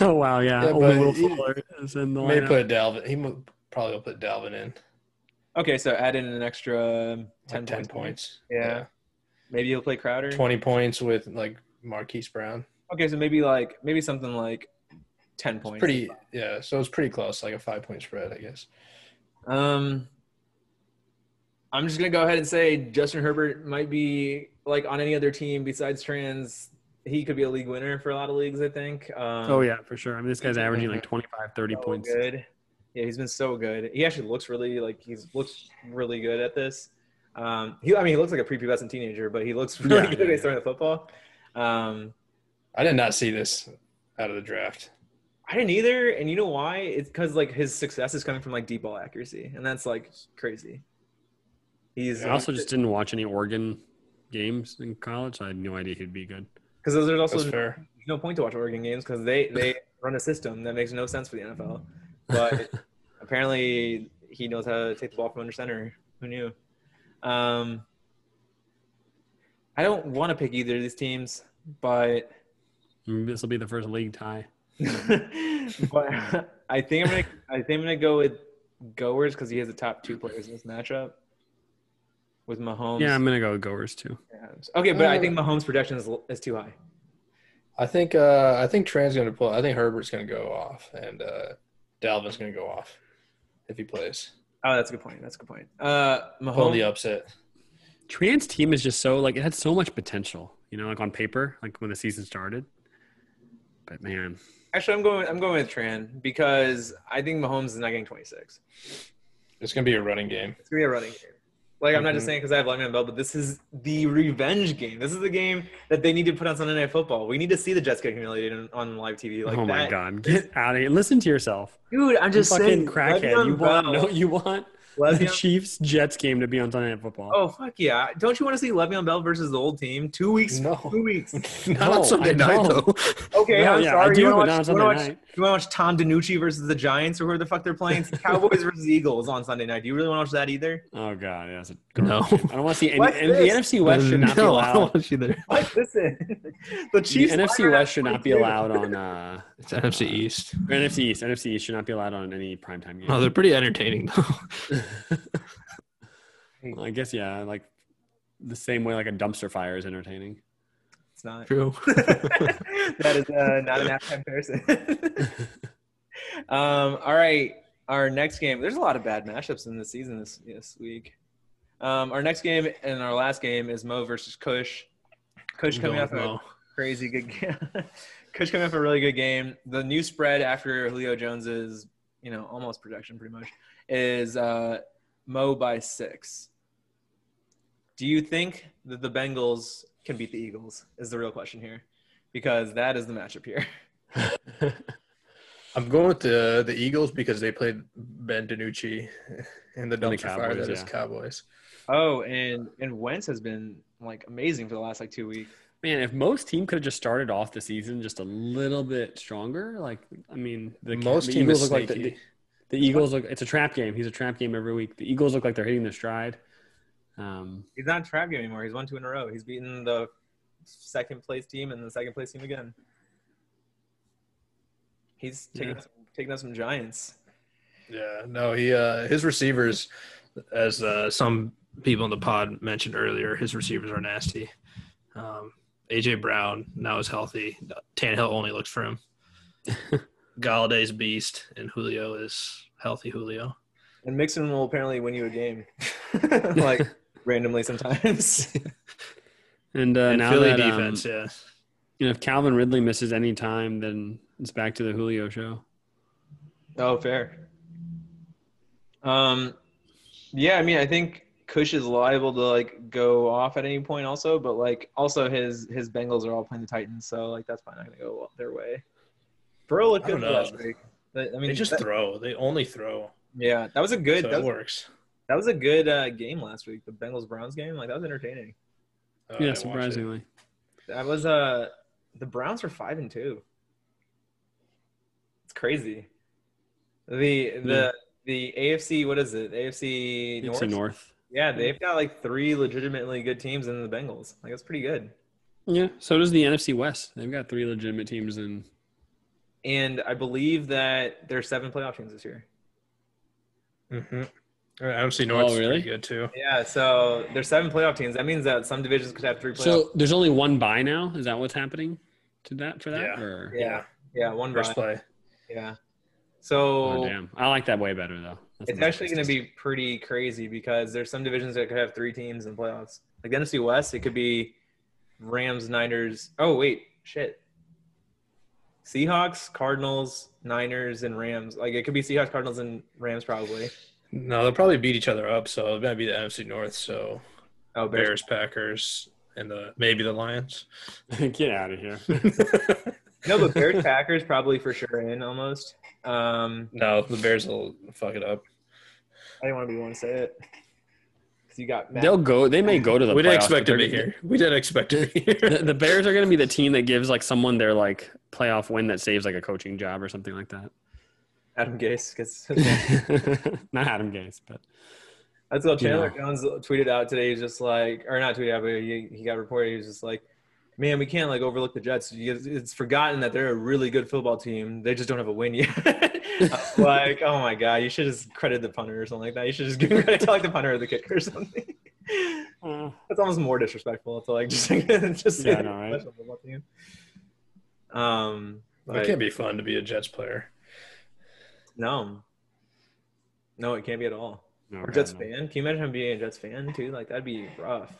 Speaker 5: oh wow, yeah.
Speaker 4: Yeah,
Speaker 5: Only
Speaker 4: but
Speaker 5: Will
Speaker 4: he-
Speaker 5: Fuller is in the
Speaker 4: May
Speaker 5: lineup.
Speaker 4: put Dalvin. He mo- probably will put Dalvin in.
Speaker 1: okay, so add in an extra um, 10,
Speaker 4: Like 10
Speaker 1: points.
Speaker 4: points.
Speaker 1: Yeah. Maybe he'll play Crowder.
Speaker 4: Yeah. 20 points with like Marquise Brown.
Speaker 1: Okay, so maybe like maybe something like 10
Speaker 4: It's
Speaker 1: points.
Speaker 4: pretty, yeah. So it's pretty close, like a five point spread, I guess.
Speaker 1: Um, I'm just gonna go ahead and say Justin Herbert might be like on any other team besides Trans. He could be a league winner for a lot of leagues. I think. Um,
Speaker 5: oh yeah, for sure. I mean, this guy's averaging like 25, 30
Speaker 4: Oh,
Speaker 1: so
Speaker 5: points.
Speaker 1: Good. Yeah, he's been so good. He actually looks really like he's looks really good at this. Um, he, I mean, he looks like a prepubescent teenager, but he looks really
Speaker 5: Yeah,
Speaker 1: good
Speaker 4: yeah,
Speaker 1: at
Speaker 4: yeah.
Speaker 1: throwing the football. Um,
Speaker 4: I did not see this out of the draft.
Speaker 1: I didn't either, and you know why? It's because like his success is coming from like deep ball accuracy, and that's like crazy. He's
Speaker 5: I also just didn't watch any Oregon games in college. So I had no idea he'd be good.
Speaker 1: because there's
Speaker 4: That's
Speaker 1: also
Speaker 4: fair.
Speaker 1: no point to watch Oregon games because they they run a system that makes no sense for the NFL. But apparently, he knows how to take the ball from under center. Who knew? Um, I don't want to pick either of these teams, but
Speaker 5: This will be the first league tie.
Speaker 1: but I think I'm gonna I think I'm gonna go with Goers because he has the top two players in this matchup with Mahomes.
Speaker 5: Yeah, I'm gonna go with Goers too.
Speaker 1: and Adams. Okay, but I think Mahomes' projection is, is too high.
Speaker 4: I think, uh, I think Tran's going to pull. I think Herbert's going to go off, and uh, Dalvin's going to go off if he plays.
Speaker 1: Oh, that's a good point. That's a good point. Uh,
Speaker 4: Pulling the
Speaker 1: Mahomes.
Speaker 4: upset.
Speaker 5: Tran's team is just so like it had so much potential, you know, like on paper, like when the season started. But man,
Speaker 1: Actually, I'm going. I'm going with Tran because I think Mahomes is not getting 26.
Speaker 4: It's going to be a running game.
Speaker 1: It's gonna be a running game. Like I'm not just
Speaker 5: Mm-hmm.
Speaker 4: Mhm.
Speaker 1: saying because I have Le'Veon Bell, but this is the revenge game. This is the game that they need to put on Sunday Night Football. We need to see the Jets get humiliated on, on live TV. Like
Speaker 5: oh my
Speaker 1: that.
Speaker 5: god, get out of here! Listen to yourself,
Speaker 1: dude! I'm just
Speaker 5: fucking
Speaker 1: saying,
Speaker 5: crackhead.
Speaker 1: Le'Veon
Speaker 5: You want
Speaker 1: Bell-
Speaker 5: no, you want the
Speaker 1: Le'Veon
Speaker 5: Chiefs Jets game to be on Sunday Night Football?
Speaker 1: Oh fuck yeah! Don't you want to see Le'Veon Bell versus the old team? Two weeks.
Speaker 4: No.
Speaker 1: Two weeks.
Speaker 5: No,
Speaker 4: Not on Sunday
Speaker 5: I
Speaker 4: night,
Speaker 5: don't.
Speaker 4: though.
Speaker 1: Okay,
Speaker 5: No,
Speaker 1: I'm
Speaker 5: yeah, I
Speaker 1: sorry.
Speaker 5: do,
Speaker 1: you
Speaker 5: but
Speaker 1: want
Speaker 5: not
Speaker 1: to watch, you
Speaker 5: on Sunday
Speaker 1: wanna watch-
Speaker 5: night.
Speaker 1: you wanna watch Tom DiNucci versus the Giants or whoever the fuck they're playing? Cowboys versus Eagles on Sunday night. Do you really want to watch that either?
Speaker 5: Oh god, yeah, that's a
Speaker 4: No.
Speaker 5: garbage game. I don't want to see any.
Speaker 1: What's
Speaker 5: And the
Speaker 1: this?
Speaker 5: NFC West should not be
Speaker 4: No, I don't
Speaker 5: allowed.
Speaker 4: want you there.
Speaker 1: Like, listen, the
Speaker 5: The
Speaker 1: Chiefs.
Speaker 5: NFC
Speaker 1: lineup-
Speaker 5: West should not be allowed on uh,
Speaker 4: It's NFC East.
Speaker 5: or NFC East. NFC East should not be allowed on any primetime game.
Speaker 4: Oh, they're pretty entertaining though.
Speaker 5: I guess yeah, like the same way like a dumpster fire is entertaining.
Speaker 1: It's not.
Speaker 4: True.
Speaker 1: that is uh, not an apt comparison. um, all right, our next game. There's a lot of bad matchups in the season this this week. Um, our next game and our last game is Mo versus Kush. Kush coming off a crazy good game. Kush coming off a really good game. The new spread after Julio Jones's, you know, almost projection pretty much is uh, Mo by six. Do you think that the Bengals can beat the Eagles? Is the real question here, because that is the matchup here.
Speaker 4: I'm going with the the Eagles because they played Ben DiNucci and the dumpster fire
Speaker 5: Cowboys,
Speaker 4: that is
Speaker 5: yeah.
Speaker 4: Cowboys.
Speaker 1: Oh, and and Wentz has been like amazing for the last like two weeks.
Speaker 5: Man, if most team could have just started off the season just a little bit stronger, like I mean, the
Speaker 4: Most
Speaker 5: the
Speaker 4: team is
Speaker 5: Eagles look like the,
Speaker 4: sneaky.
Speaker 5: the, the Eagles look. It's a trap game. He's a trap game every week. The Eagles look like they're hitting their stride. Um,
Speaker 1: He's not trap game anymore. He's won two in a row. He's beaten the second place team and the second place team again. He's taking
Speaker 5: Yeah.
Speaker 1: us, taking us some giants.
Speaker 4: Yeah, no, he uh his receivers, as uh, some people in the pod mentioned earlier, his receivers are nasty. Um, AJ Brown now is healthy. Tannehill only looks for him. Galladay's a beast, and Julio is healthy. Julio.
Speaker 1: And Mixon will apparently win you a game, like randomly sometimes.
Speaker 5: and uh,
Speaker 4: and
Speaker 5: now
Speaker 4: Philly
Speaker 5: that, um,
Speaker 4: defense, yeah.
Speaker 5: You know, if Calvin Ridley misses any time, then it's back to the Julio show.
Speaker 1: Oh, fair. Um, yeah, I mean, I think Cush is liable to like go off at any point, also. But like, also his his Bengals are all playing the Titans, so like that's probably not gonna go their way. Burrow looked
Speaker 4: I don't
Speaker 1: good
Speaker 4: know.
Speaker 1: last week. But, I mean,
Speaker 4: They just
Speaker 1: that-
Speaker 4: throw. They only throw.
Speaker 1: yeah, that was a good
Speaker 4: so
Speaker 1: that
Speaker 4: it
Speaker 1: was,
Speaker 4: works.
Speaker 1: that was a good uh, game last week. The Bengals Browns game, like that was entertaining.
Speaker 4: Uh, I
Speaker 5: yeah,
Speaker 4: watched it.
Speaker 5: surprisingly.
Speaker 1: That was uh the Browns were five and two. It's crazy. The the the AFC what is it? AFC
Speaker 5: It's
Speaker 1: North.
Speaker 5: Hmm. a North.
Speaker 1: Yeah, they've got like three legitimately good teams in the Bengals. Like that's pretty good.
Speaker 5: Yeah. So does the NFC West. They've got three legitimate teams in
Speaker 1: And I believe that there are seven playoff teams this year.
Speaker 4: Mhm. Uh, NFC North's
Speaker 5: really?
Speaker 4: really good too.
Speaker 1: Yeah, so there's seven playoff teams. That means that some divisions could have three playoff.
Speaker 5: So there's only one buy now. Is that what's happening to that for that?
Speaker 4: Yeah.
Speaker 5: Or?
Speaker 1: yeah, yeah, one
Speaker 4: First
Speaker 1: bye.
Speaker 4: play.
Speaker 1: Yeah.
Speaker 5: Oh,
Speaker 1: So
Speaker 5: damn. I like that way better though. That's
Speaker 1: it's
Speaker 5: a
Speaker 1: actually
Speaker 5: nice
Speaker 1: going to be pretty crazy because there's some divisions that could have three teams in playoffs. Like the NFC West, it could be Rams, Niners. Oh wait, shit. Seahawks, Cardinals, Niners, and Rams. Like it could be Seahawks, Cardinals, and Rams probably.
Speaker 4: No, they'll probably beat each other up. So it might be the NFC North. So
Speaker 1: Oh, Bears.
Speaker 4: Bears, Packers, and the maybe the Lions.
Speaker 5: Get out of here.
Speaker 1: No, but Bears, Packers probably for sure in almost. Um,
Speaker 4: no, the Bears will fuck it up.
Speaker 1: I didn't want to be the one to say it because you got Matt.
Speaker 5: They'll go. They may go to the.
Speaker 4: we didn't
Speaker 5: playoffs,
Speaker 4: expect
Speaker 5: but
Speaker 4: to be
Speaker 5: they're-
Speaker 4: here. We didn't expect to be
Speaker 5: The,
Speaker 4: here.
Speaker 5: the Bears are going to be the team that gives like someone their like playoff win that saves like a coaching job or something like that.
Speaker 1: Adam Gase because
Speaker 5: Not Adam Gates, but
Speaker 1: That's what Chandler
Speaker 5: Yeah.
Speaker 1: Jones tweeted out today. He's just like, or not tweeted out, but he, he got reported. He was just like, man, we can't like overlook the Jets. You- It's forgotten that they're a really good football team. They just don't have a win yet. I'm like, oh my god, you should just credit the punter or something like that. You should just give credit to like the punter or the kicker or something.
Speaker 5: uh,
Speaker 1: That's almost more disrespectful to like just just say
Speaker 5: Yeah,
Speaker 1: they're
Speaker 5: I know,
Speaker 1: a
Speaker 5: right?
Speaker 1: professional football team. Um,
Speaker 4: it
Speaker 1: like,
Speaker 4: can't be fun to be a Jets player.
Speaker 1: no, no, it can't be at all.
Speaker 5: no,
Speaker 1: Or
Speaker 5: God,
Speaker 1: Jets
Speaker 5: no.
Speaker 1: fan? Can you imagine him being a Jets fan too? Like that'd be rough.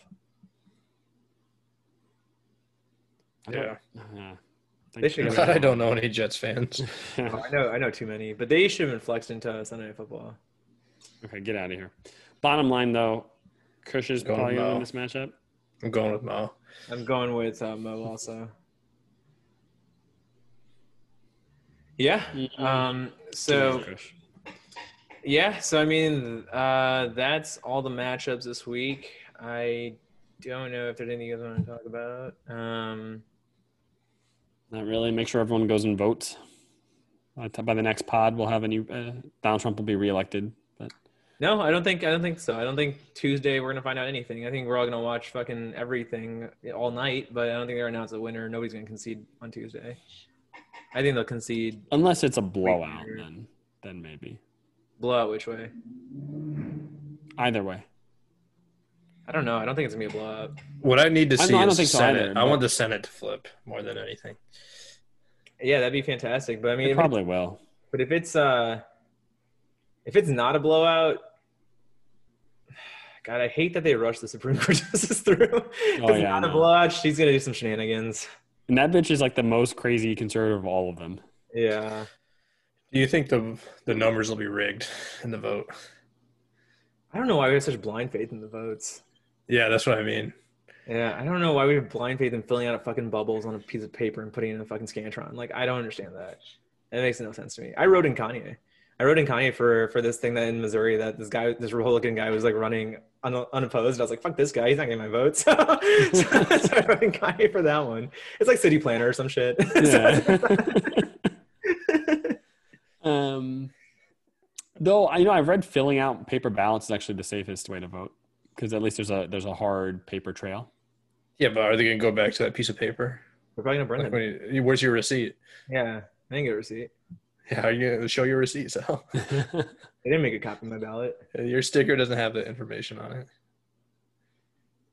Speaker 5: I don't- uh,
Speaker 4: Yeah.
Speaker 5: Yeah.
Speaker 1: They should
Speaker 5: Thanks.
Speaker 1: go
Speaker 4: I don't know any Jets fans.
Speaker 1: Oh, I know, I know too many, but they should have been flexed into Sunday Night Football.
Speaker 5: okay, get out of here. Bottom line though, Kush is
Speaker 4: Going
Speaker 5: probably going to
Speaker 4: well.
Speaker 5: win this matchup.
Speaker 4: I'm going with Mo.
Speaker 1: I'm going with uh, Mo also. Yeah. Um. So
Speaker 5: Kush.
Speaker 1: yeah. So I mean, uh, that's all the matchups this week. I don't know if there's anything you guys want to talk about. Um.
Speaker 5: Not really. Make sure everyone goes and votes. By the ti- by the next pod, we'll have a new uh, Donald Trump will be reelected. But
Speaker 1: No, I don't think I don't think so. I don't think Tuesday we're gonna find out anything. I think we're all gonna watch fucking everything all night, but I don't think they're gonna announce a winner. Nobody's gonna concede on Tuesday. I think they'll concede
Speaker 5: unless it's a blowout,
Speaker 1: Wait.
Speaker 5: then then maybe.
Speaker 1: blowout which way.
Speaker 5: Either way,
Speaker 1: I don't know. I don't think it's gonna be a blowout.
Speaker 4: What I need to
Speaker 5: I
Speaker 4: see
Speaker 5: know, I don't
Speaker 4: is
Speaker 5: think
Speaker 4: the
Speaker 5: so
Speaker 4: Senate.
Speaker 5: either,
Speaker 4: I
Speaker 5: but-
Speaker 4: want the Senate to flip more than anything.
Speaker 1: Yeah, that'd be fantastic. But I mean,
Speaker 5: it
Speaker 1: if it-
Speaker 5: probably will.
Speaker 1: but if it's uh, if it's not a blowout, God, I hate that they rushed the Supreme Court justice through. Oh,
Speaker 5: Oh,
Speaker 1: it's
Speaker 5: yeah, I
Speaker 1: not a
Speaker 5: know.
Speaker 1: blowout. She's gonna do some shenanigans.
Speaker 5: And that bitch is like the most crazy conservative of all of them.
Speaker 1: Yeah.
Speaker 4: Do you think the the numbers will be rigged in the vote?
Speaker 1: I don't know why we have such blind faith in the votes.
Speaker 4: Yeah, that's what I mean.
Speaker 1: Yeah, I don't know why we have blind faith in filling out a fucking bubbles on a piece of paper and putting it in a fucking scantron. Like, I don't understand that. That makes no sense to me. I wrote in Kanye. I wrote in Kanye for for this thing that in Missouri that this guy, this Republican guy, was like running un, unopposed. I was like, fuck this guy, he's not getting my vote. So, so I wrote in Kanye for that one. It's like city planner or some shit.
Speaker 5: Yeah.
Speaker 1: So-
Speaker 5: um, though I you know I've read filling out paper ballots is actually the safest way to vote because at least there's a there's a hard paper trail.
Speaker 4: Yeah, but are they going to go back to that piece of paper?
Speaker 1: We're probably gonna burn
Speaker 4: Like
Speaker 1: them.
Speaker 4: when you, where's your receipt?
Speaker 1: Yeah, I didn't get a receipt.
Speaker 4: Yeah, are you going to show your receipt, Sal?
Speaker 1: They didn't make a copy of my ballot.
Speaker 4: Your sticker doesn't have the information on it.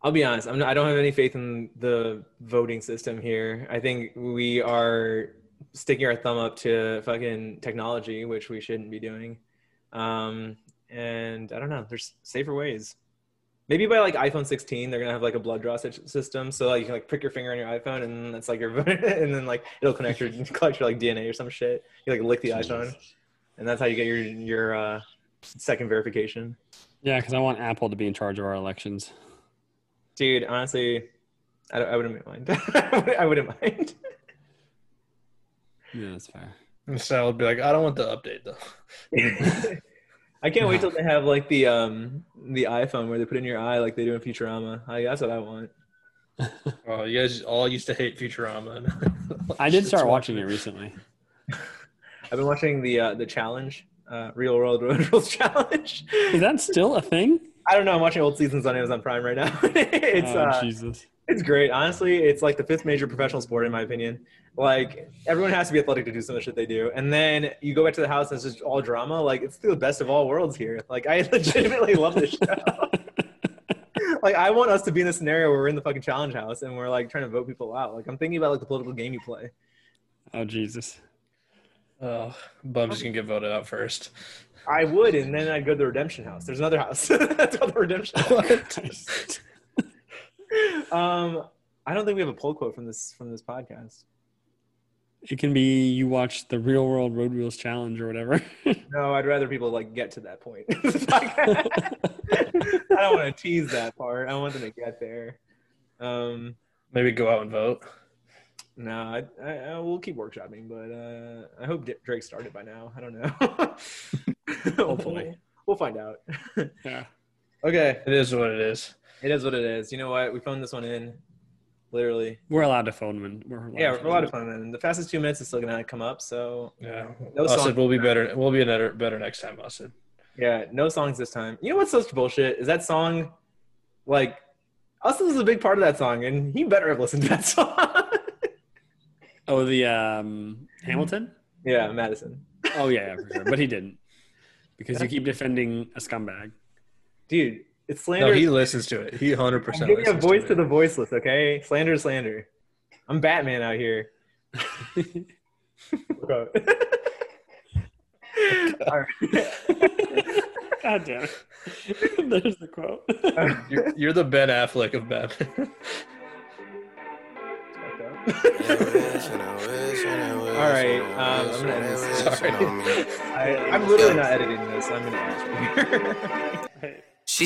Speaker 1: I'll be honest. I'm not, I don't have any faith in the voting system here. I think we are sticking our thumb up to fucking technology, which we shouldn't be doing. Um, and I don't know. There's safer ways. Maybe by like iPhone 16, they're gonna have like a blood draw sy- system, so like you can like prick your finger on your iPhone, and that's like your, and then like it'll connect your collect your like DNA or some shit. You like lick the iPhone, and that's how you get your your uh, second verification.
Speaker 5: Yeah, because I want Apple to be in charge of our elections.
Speaker 1: Dude, honestly, I, don't- I wouldn't mind. I wouldn't mind.
Speaker 5: Yeah, that's fair.
Speaker 4: And Sal would be like, I don't want the update though.
Speaker 1: I can't wait till they have like the um the iPhone where they put in your eye like they do in Futurama. I, that's what I want.
Speaker 4: Oh, you guys all used to hate Futurama.
Speaker 5: I did start watching it recently.
Speaker 1: I've been watching the uh, the challenge, uh, Real World Road Rules challenge.
Speaker 5: Is that still a thing?
Speaker 1: I don't know. I'm watching old seasons on Amazon Prime right now. it's
Speaker 5: oh,
Speaker 1: uh,
Speaker 5: Jesus.
Speaker 1: it's great. Honestly, it's like the fifth major professional sport in my opinion. Like everyone has to be athletic to do some of the shit they do, and then you go back to the house and it's just all drama. Like it's the best of all worlds here. Like I legitimately love this show. like I want us to be in the scenario where we're in the fucking challenge house and we're like trying to vote people out. Like I'm thinking about like the political game you play.
Speaker 5: Oh, Jesus.
Speaker 4: Oh, bums can get voted out first.
Speaker 1: I would, and then I'd go to the redemption house. There's another house. That's called the redemption. House.
Speaker 5: Christ.
Speaker 1: um, I don't think we have a poll quote from this from this podcast.
Speaker 5: It can be you watch the Real World Road Wheels Challenge or whatever.
Speaker 1: No, I'd rather people like get to that point. I don't want to tease that part. I want them to get there. Um,
Speaker 4: Maybe go out and vote.
Speaker 1: no, I, I, I will keep workshopping, but uh, I hope D- Drake started by now. I don't know.
Speaker 5: Hopefully.
Speaker 1: we'll find out.
Speaker 5: yeah.
Speaker 1: okay,
Speaker 4: It is what it is.
Speaker 1: it is what it is. You know what? We phoned this one in, literally.
Speaker 5: We're allowed to phone when we're allowed
Speaker 1: Yeah,
Speaker 5: to
Speaker 1: we're a
Speaker 5: phone
Speaker 1: lot of fun. And the fastest two minutes is still gonna come up. So
Speaker 4: Yeah,
Speaker 1: No
Speaker 4: Us
Speaker 1: song.
Speaker 4: will be better. We'll be better, better next time, Usad.
Speaker 1: yeah, no songs this time. You know what's such bullshit is that song. Like, Austin was a big part of that song, and he better have listened to that song.
Speaker 5: Oh, the um, Hamilton?
Speaker 1: yeah, Madison,
Speaker 5: Oh, yeah, yeah, for sure. But he didn't. Because you keep defending a scumbag.
Speaker 1: dude, it's slander.
Speaker 4: No, he listens to it. He hundred
Speaker 1: I'm
Speaker 4: percent.
Speaker 1: giving a voice to the voiceless. Okay, slander, is slander. I'm Batman out here. All right.
Speaker 5: God damn it. There's the quote.
Speaker 4: You're, you're the Ben Affleck of Batman.
Speaker 1: All right, um, I'm gonna end this.
Speaker 4: Sorry.
Speaker 1: I, I'm literally not editing this. I'm gonna.
Speaker 6: She